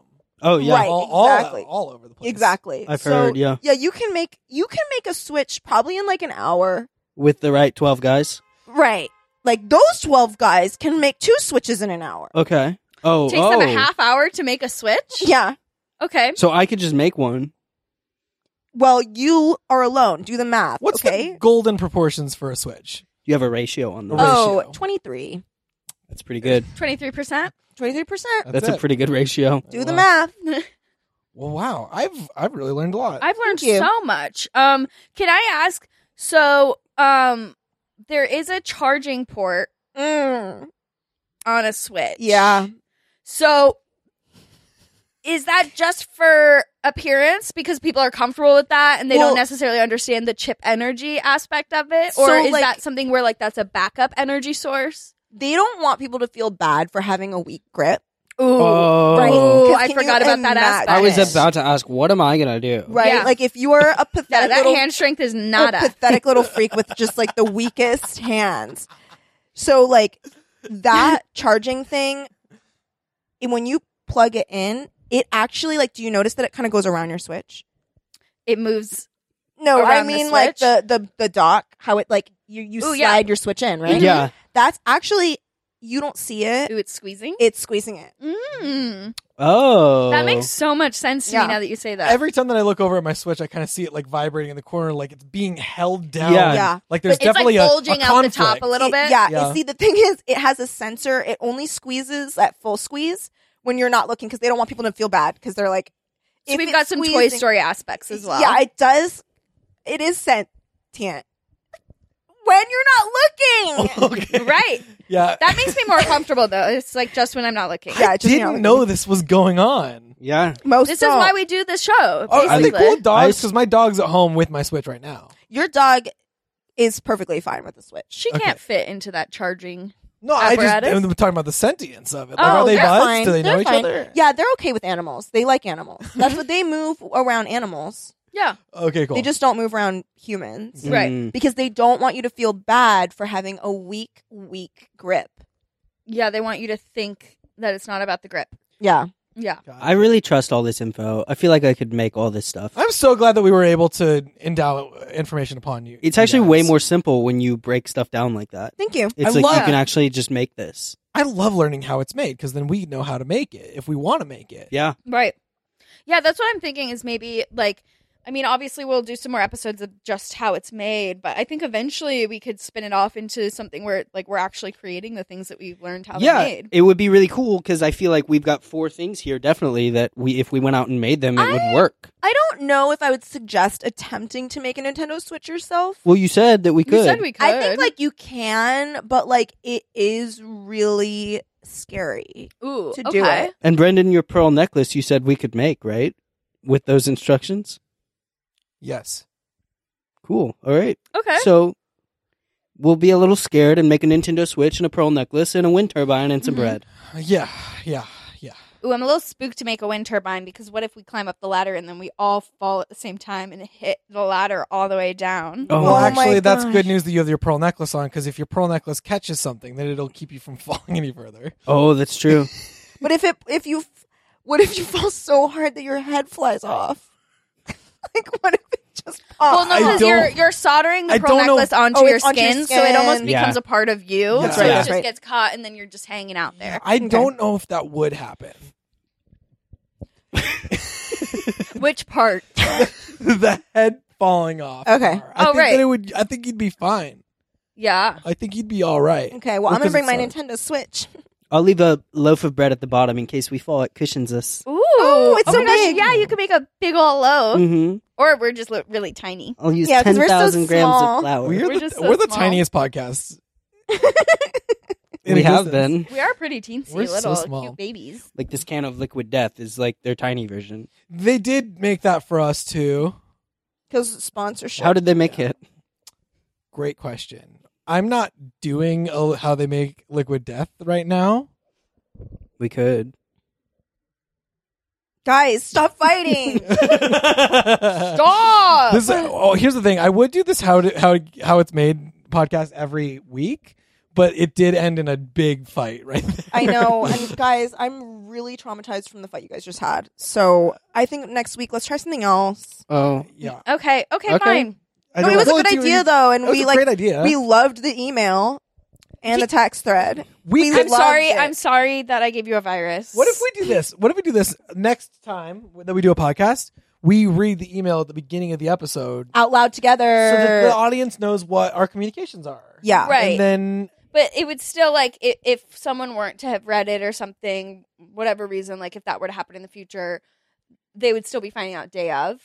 Speaker 2: oh yeah,
Speaker 3: Right.
Speaker 1: all, all,
Speaker 3: exactly.
Speaker 1: all over the place.
Speaker 3: exactly.
Speaker 2: I've
Speaker 3: So,
Speaker 2: heard, yeah.
Speaker 3: yeah, you can make you can make a switch probably in like an hour.
Speaker 2: with the right twelve guys.
Speaker 3: Right. Like those 12 guys can make two switches in an hour.
Speaker 2: Okay. Oh,
Speaker 4: Takes
Speaker 2: oh.
Speaker 4: them a half hour to make a switch.
Speaker 3: Yeah.
Speaker 4: Okay.
Speaker 2: So I could just make one.
Speaker 3: Well, you are alone. Do the math.
Speaker 1: What's
Speaker 3: okay.
Speaker 1: the golden proportions for a switch?
Speaker 2: You have a ratio on that.
Speaker 1: ratio?
Speaker 3: oh, 23.
Speaker 2: That's pretty good.
Speaker 4: Twenty three percent.
Speaker 3: 23%.
Speaker 2: That's,
Speaker 1: it.
Speaker 2: a pretty good ratio.
Speaker 3: Do the
Speaker 1: Wow.
Speaker 3: math.
Speaker 1: Well, wow, I've I've really learned a lot.
Speaker 4: I've learned
Speaker 3: Thank you.
Speaker 4: so much. Um, can I ask? So, um, there is a charging port
Speaker 3: Mm.
Speaker 4: on a switch.
Speaker 3: Yeah.
Speaker 4: So, is that just for appearance because people are comfortable with that and they
Speaker 3: Well-
Speaker 4: don't necessarily understand the chip energy aspect of it,
Speaker 3: So,
Speaker 4: or is
Speaker 3: like-
Speaker 4: that something where like that's a backup energy source?
Speaker 3: They don't want people to feel bad for having a weak grip.
Speaker 4: Ooh,
Speaker 2: Oh.
Speaker 3: Right.
Speaker 4: Ooh,
Speaker 3: 'Cause
Speaker 4: I
Speaker 3: can you
Speaker 4: forgot about that
Speaker 3: imagine?
Speaker 4: aspect.
Speaker 2: I was
Speaker 3: Spanish.
Speaker 2: about to ask, what am I gonna do?
Speaker 3: Right?
Speaker 4: Yeah.
Speaker 3: Like if you're a pathetic
Speaker 4: Yeah, that
Speaker 3: little Oh,
Speaker 4: hand strength is
Speaker 3: a
Speaker 4: not a
Speaker 3: pathetic little freak with just like the weakest hands. So like that charging thing, and when you plug it in, it actually like. Do you notice that it kind of goes around your switch?
Speaker 4: It moves.
Speaker 3: No, I
Speaker 4: Around the
Speaker 3: mean like the
Speaker 4: switch?
Speaker 3: the the dock. How it like you you
Speaker 4: Ooh,
Speaker 3: slide
Speaker 4: yeah.
Speaker 3: your switch in, right?
Speaker 2: Yeah.
Speaker 3: that's actually you don't see it.
Speaker 4: Ooh, it's squeezing.
Speaker 3: It's squeezing it.
Speaker 4: Mm.
Speaker 2: Oh.
Speaker 4: That makes so much sense to
Speaker 3: Yeah.
Speaker 4: me now that you say
Speaker 2: Uh,
Speaker 4: that.
Speaker 1: Uh, Every time that I look over at my switch, I kind of see it like vibrating in the corner, like it's being held down.
Speaker 2: Yeah.
Speaker 3: Yeah.
Speaker 1: Like there's
Speaker 4: it's like
Speaker 1: definitely a-
Speaker 4: bulging
Speaker 1: a,
Speaker 4: out the
Speaker 1: conflict.
Speaker 4: top a little
Speaker 3: It-
Speaker 4: bit.
Speaker 3: Yeah.
Speaker 1: Yeah.
Speaker 3: See, the thing is, it has a sensor. It only squeezes at full squeeze when you're not looking because they don't want people to feel bad because they're like,
Speaker 4: So
Speaker 3: if
Speaker 4: we've
Speaker 3: it's
Speaker 4: got some Toy
Speaker 3: squeezing-
Speaker 4: Story aspects as well.
Speaker 3: Yeah, it does. It is sentient when you're not looking.
Speaker 1: okay.
Speaker 4: right.
Speaker 1: Yeah.
Speaker 4: That makes me more comfortable though. It's like just when I'm not looking.
Speaker 3: yeah,
Speaker 1: I
Speaker 3: it's just
Speaker 1: didn't
Speaker 3: not
Speaker 1: know
Speaker 3: looking.
Speaker 1: this was going on.
Speaker 2: Yeah.
Speaker 3: Most
Speaker 4: This is
Speaker 3: don't.
Speaker 4: why we do this show.
Speaker 1: Oh, are they
Speaker 4: basically.
Speaker 1: cool with dogs?
Speaker 2: I-
Speaker 1: Because my dog's at home with my switch right now.
Speaker 3: your dog is perfectly fine with the switch.
Speaker 4: She
Speaker 1: Okay.
Speaker 4: can't fit into that charging.
Speaker 1: No, I just
Speaker 4: Apparatus?
Speaker 1: I'm talking about the sentience of it. Like,
Speaker 4: Oh,
Speaker 1: are they
Speaker 4: they're
Speaker 1: buds?
Speaker 3: fine.
Speaker 1: Do they know
Speaker 3: They're
Speaker 1: each
Speaker 3: fine.
Speaker 1: other?
Speaker 3: Yeah, they're okay with animals. They like animals. That's what they move around animals.
Speaker 4: Yeah.
Speaker 1: Okay, cool.
Speaker 3: They just don't move around humans
Speaker 4: Right.
Speaker 2: Mm.
Speaker 3: because they don't want you to feel bad for having a weak, weak grip.
Speaker 4: Yeah, they want you to think that it's not about the grip.
Speaker 3: Yeah.
Speaker 4: Yeah.
Speaker 2: I really trust all this info. I feel like I could make all this stuff.
Speaker 1: I'm so glad that we were able to endow information upon you.
Speaker 2: It's actually
Speaker 1: you
Speaker 2: way
Speaker 1: guys.
Speaker 2: more simple when you break stuff down like that.
Speaker 3: Thank you.
Speaker 2: It's
Speaker 1: I
Speaker 2: like
Speaker 1: love-
Speaker 2: you can actually just make this.
Speaker 1: I love learning how it's made because then we know how to make it if we want to make it.
Speaker 2: Yeah.
Speaker 4: Right. Yeah, that's what I'm thinking is maybe like I mean, obviously, we'll do some more episodes of just how it's made, but I think eventually we could spin it off into something where, like, we're actually creating the things that we've learned how
Speaker 2: yeah,
Speaker 4: they're made.
Speaker 2: it would be really cool because I feel like we've got four things here definitely that we, if we went out and made them, it would
Speaker 3: I-
Speaker 2: work.
Speaker 3: I don't know if I would suggest attempting to make a Nintendo Switch yourself.
Speaker 2: Well, you said that we could.
Speaker 4: You said we could.
Speaker 3: I think like you can, but like it is really scary
Speaker 4: ooh,
Speaker 3: to do
Speaker 4: okay.
Speaker 3: it.
Speaker 2: and Brendan, your pearl necklace, you said we could make right with those instructions.
Speaker 1: Yes.
Speaker 2: Cool. All right.
Speaker 4: Okay.
Speaker 2: So we'll be a little scared and make a Nintendo Switch and a pearl necklace and a wind turbine and some
Speaker 4: Mhm.
Speaker 2: bread.
Speaker 1: Yeah. Yeah. Yeah.
Speaker 4: ooh, I'm a little spooked to make a wind turbine because what if we climb up the ladder and then we all fall at the same time and hit the ladder all the way down?
Speaker 2: Oh.
Speaker 1: well,
Speaker 2: my
Speaker 1: actually, that's
Speaker 3: gosh.
Speaker 1: good news that you have your pearl necklace on because if your pearl necklace catches something, then it'll keep you from falling any further.
Speaker 2: Oh, that's true.
Speaker 3: But if it if you f- what if you fall so hard that your head flies off? like what if it just
Speaker 4: Well,
Speaker 3: pops?
Speaker 1: Oh,
Speaker 4: no,
Speaker 1: I
Speaker 4: because you're
Speaker 1: don't-
Speaker 4: you're soldering the
Speaker 1: I
Speaker 4: pearl
Speaker 1: don't know-
Speaker 4: necklace onto
Speaker 3: Oh,
Speaker 4: your
Speaker 3: it's onto your
Speaker 4: skin, so it almost
Speaker 3: skin.
Speaker 2: Yeah.
Speaker 4: becomes a part of you.
Speaker 1: That's
Speaker 4: so
Speaker 1: right,
Speaker 4: it
Speaker 2: that's
Speaker 4: just
Speaker 3: right.
Speaker 4: gets caught, and then you're just hanging out there.
Speaker 1: I don't know if that would happen.
Speaker 4: Which part?
Speaker 1: the head falling off.
Speaker 3: Okay.
Speaker 1: Or- I
Speaker 4: Oh,
Speaker 1: think
Speaker 4: right.
Speaker 1: that it would. I think you'd be fine.
Speaker 4: yeah.
Speaker 1: I think you'd be all right.
Speaker 3: Okay, well, I'm gonna
Speaker 1: Because
Speaker 3: bring my
Speaker 1: it's
Speaker 3: Nintendo Switch.
Speaker 2: I'll leave a loaf of bread at the bottom in case we fall. It cushions us.
Speaker 4: Ooh,
Speaker 3: Oh, it's
Speaker 4: oh
Speaker 3: so
Speaker 4: my gosh,
Speaker 3: big.
Speaker 4: Yeah, you could make a big old loaf,
Speaker 1: Mm.
Speaker 2: Mm-hmm.
Speaker 4: or we're just li- really tiny.
Speaker 2: I'll use
Speaker 3: Yeah, 'cause
Speaker 2: ten
Speaker 3: we're so
Speaker 2: thousand grams
Speaker 3: small.
Speaker 2: of flour.
Speaker 1: We're,
Speaker 4: We're
Speaker 1: the,
Speaker 4: just so
Speaker 1: we're the
Speaker 4: small.
Speaker 1: tiniest podcast. in
Speaker 2: We have
Speaker 1: existence.
Speaker 2: been
Speaker 4: We are pretty teensy,
Speaker 1: We're so
Speaker 4: little
Speaker 1: small.
Speaker 4: cute babies.
Speaker 2: like this can of liquid death is like their tiny version.
Speaker 1: They did make that for us too.
Speaker 3: Because sponsorship.
Speaker 2: How did they make it?
Speaker 1: Great question. I'm not doing a, how they make liquid death right now.
Speaker 2: We could.
Speaker 3: guys stop fighting?
Speaker 4: Stop.
Speaker 1: This, oh, here's the thing. I would do this how to, how how it's made podcast every week, but it did end in a big fight right there.
Speaker 3: I know, and guys, I'm really traumatized from the fight you guys just had. So I think next week let's try something else.
Speaker 2: Oh,
Speaker 1: yeah,
Speaker 4: okay, okay,
Speaker 2: Okay.
Speaker 4: fine.
Speaker 1: I
Speaker 3: No,
Speaker 1: know
Speaker 3: it was
Speaker 1: it's
Speaker 3: a good
Speaker 1: only two
Speaker 3: idea
Speaker 1: weeks.
Speaker 3: though, and
Speaker 1: That was
Speaker 3: we
Speaker 1: a
Speaker 3: like
Speaker 1: great idea.
Speaker 3: we loved the email and the text thread.
Speaker 1: we
Speaker 3: I
Speaker 4: I'm
Speaker 1: could,
Speaker 3: loved
Speaker 4: sorry.
Speaker 3: it.
Speaker 4: I'm sorry that I gave you a virus.
Speaker 1: what if we do this? What if we do this next time that we do a podcast? We read the email at the beginning of the episode
Speaker 3: out loud
Speaker 1: so that
Speaker 3: together.
Speaker 1: the audience knows what our communications are.
Speaker 3: yeah,
Speaker 4: Right.
Speaker 1: And then
Speaker 4: But it would still like if, if someone weren't to have read it or something, whatever reason, like if that were to happen in the future, they would still be finding out day of.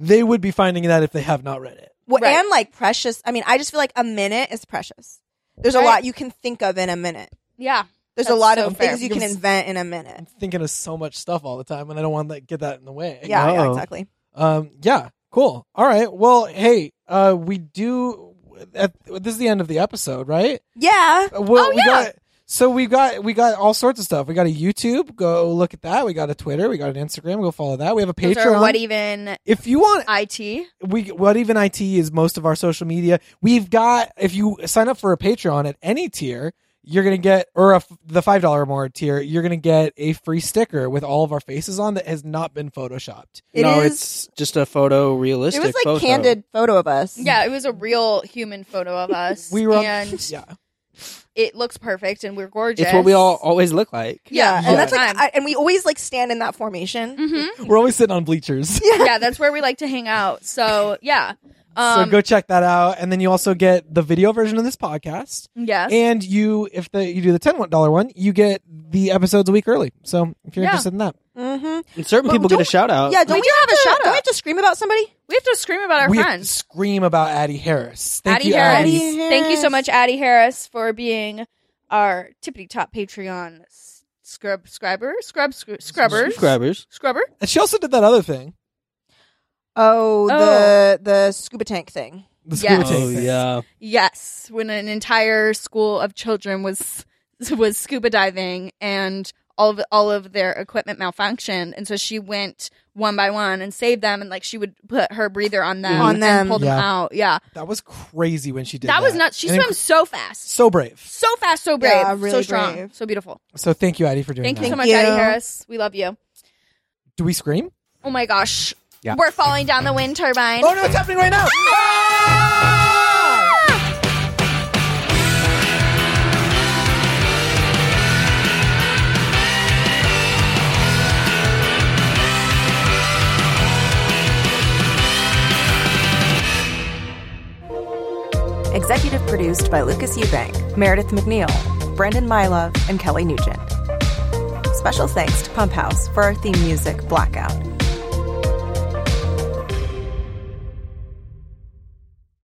Speaker 1: they would be finding that if they have not read it.
Speaker 3: Well,
Speaker 4: Right.
Speaker 3: and like precious. I mean, I just feel like a minute is precious. There's
Speaker 4: Right.
Speaker 3: a lot you can think of in a minute.
Speaker 4: Yeah.
Speaker 3: There's a
Speaker 4: That's
Speaker 3: lot
Speaker 4: so
Speaker 3: of
Speaker 4: fair.
Speaker 3: things you can
Speaker 1: Yes.
Speaker 3: invent in a minute.
Speaker 1: I'm thinking of so much stuff all the time, and I don't want to get that in the way.
Speaker 3: Yeah, yeah,
Speaker 2: No.
Speaker 3: exactly.
Speaker 1: Um, yeah, cool. All right. Well, hey, uh, we do. At, this is the end of the episode, right?
Speaker 3: Yeah,
Speaker 1: Uh, Well,
Speaker 4: Oh,
Speaker 1: we
Speaker 4: yeah.
Speaker 1: got so we got we got all sorts of stuff. We got a YouTube. Go look at that. We got a Twitter. We got an Instagram. Go follow that. We have a
Speaker 4: Those
Speaker 1: Patreon.
Speaker 4: are what even
Speaker 1: if you want,
Speaker 4: IT.
Speaker 1: we what even it is most of our social media. We've got if you sign up for a Patreon at any tier, you're gonna get or a, f- the five dollar or more tier, you're gonna get a free sticker with all of our faces on that has not been photoshopped.
Speaker 3: it is.
Speaker 2: no, it's just a photo
Speaker 3: it
Speaker 2: realistic.
Speaker 3: was like
Speaker 2: photo.
Speaker 3: candid photo of us.
Speaker 4: Yeah, it was a real human photo of us.
Speaker 1: Mm. We were on-
Speaker 4: and
Speaker 1: yeah.
Speaker 4: it looks perfect and we're gorgeous.
Speaker 2: It's what we all always look like.
Speaker 3: yeah,
Speaker 4: Yeah,
Speaker 1: all
Speaker 3: and that's
Speaker 4: the
Speaker 3: like,
Speaker 4: time.
Speaker 3: I, and we always like stand in that formation.
Speaker 4: Mhm.
Speaker 1: We're always sitting on bleachers.
Speaker 4: yeah, that's where we like to hang out. So yeah, um,
Speaker 1: so go check that out, and then you also get the video version of this podcast.
Speaker 4: yes,
Speaker 1: And you, if the you do the ten dollar one, you get the episodes a week early. So if you're
Speaker 4: Yeah.
Speaker 1: interested in that,
Speaker 3: Mm-hmm.
Speaker 2: And certain
Speaker 3: Well,
Speaker 2: people get a
Speaker 3: don't-
Speaker 2: shout out.
Speaker 3: Yeah, don't we,
Speaker 4: do have a
Speaker 3: to,
Speaker 4: shout
Speaker 3: Don't we
Speaker 4: out.
Speaker 3: have to scream about somebody?
Speaker 4: we have to scream about our
Speaker 1: we have to
Speaker 4: friends.
Speaker 1: scream about Addie Harris. Thank
Speaker 4: Addie
Speaker 1: you,
Speaker 4: Harris.
Speaker 1: Addie.
Speaker 3: Addie
Speaker 4: Thank you so
Speaker 3: Harris.
Speaker 4: much, Addie Harris, for being our tippity top Patreon s- scrub subscriber, scrub scru- scrubbers,
Speaker 2: Subscribers.
Speaker 4: scrubber.
Speaker 1: And she also did that other thing.
Speaker 3: Oh, the the scuba tank thing.
Speaker 1: The
Speaker 4: Yes.
Speaker 1: scuba tank
Speaker 2: Oh,
Speaker 1: thing.
Speaker 2: yeah.
Speaker 4: Yes, when an entire school of children was was scuba diving and all of all of their equipment malfunctioned, and so she went one by one and saved them, and like she would put her breather on them,
Speaker 3: On them.
Speaker 4: and pull them
Speaker 1: Yeah.
Speaker 4: out. Yeah,
Speaker 1: That was crazy when she did that.
Speaker 4: that was nuts. She
Speaker 1: And it-
Speaker 4: swims so fast,
Speaker 1: so brave.
Speaker 4: so fast, so brave,
Speaker 3: Yeah, really
Speaker 4: so strong,
Speaker 3: brave.
Speaker 4: so beautiful.
Speaker 1: So thank you, Addie, for doing
Speaker 4: Thank
Speaker 1: that.
Speaker 4: you so much,
Speaker 3: you.
Speaker 4: Addie Harris. We love you.
Speaker 1: Do we scream?
Speaker 4: Oh my gosh,
Speaker 2: Yeah.
Speaker 4: we're falling down the wind turbine.
Speaker 1: Oh no, it's happening right now.
Speaker 4: Ah! Thank
Speaker 3: Executive produced by Lucas Eubank, Meredith McNeil, Brandon Mylove, and Kelly Nugent. Special thanks to Pump House for our theme music, Blackout.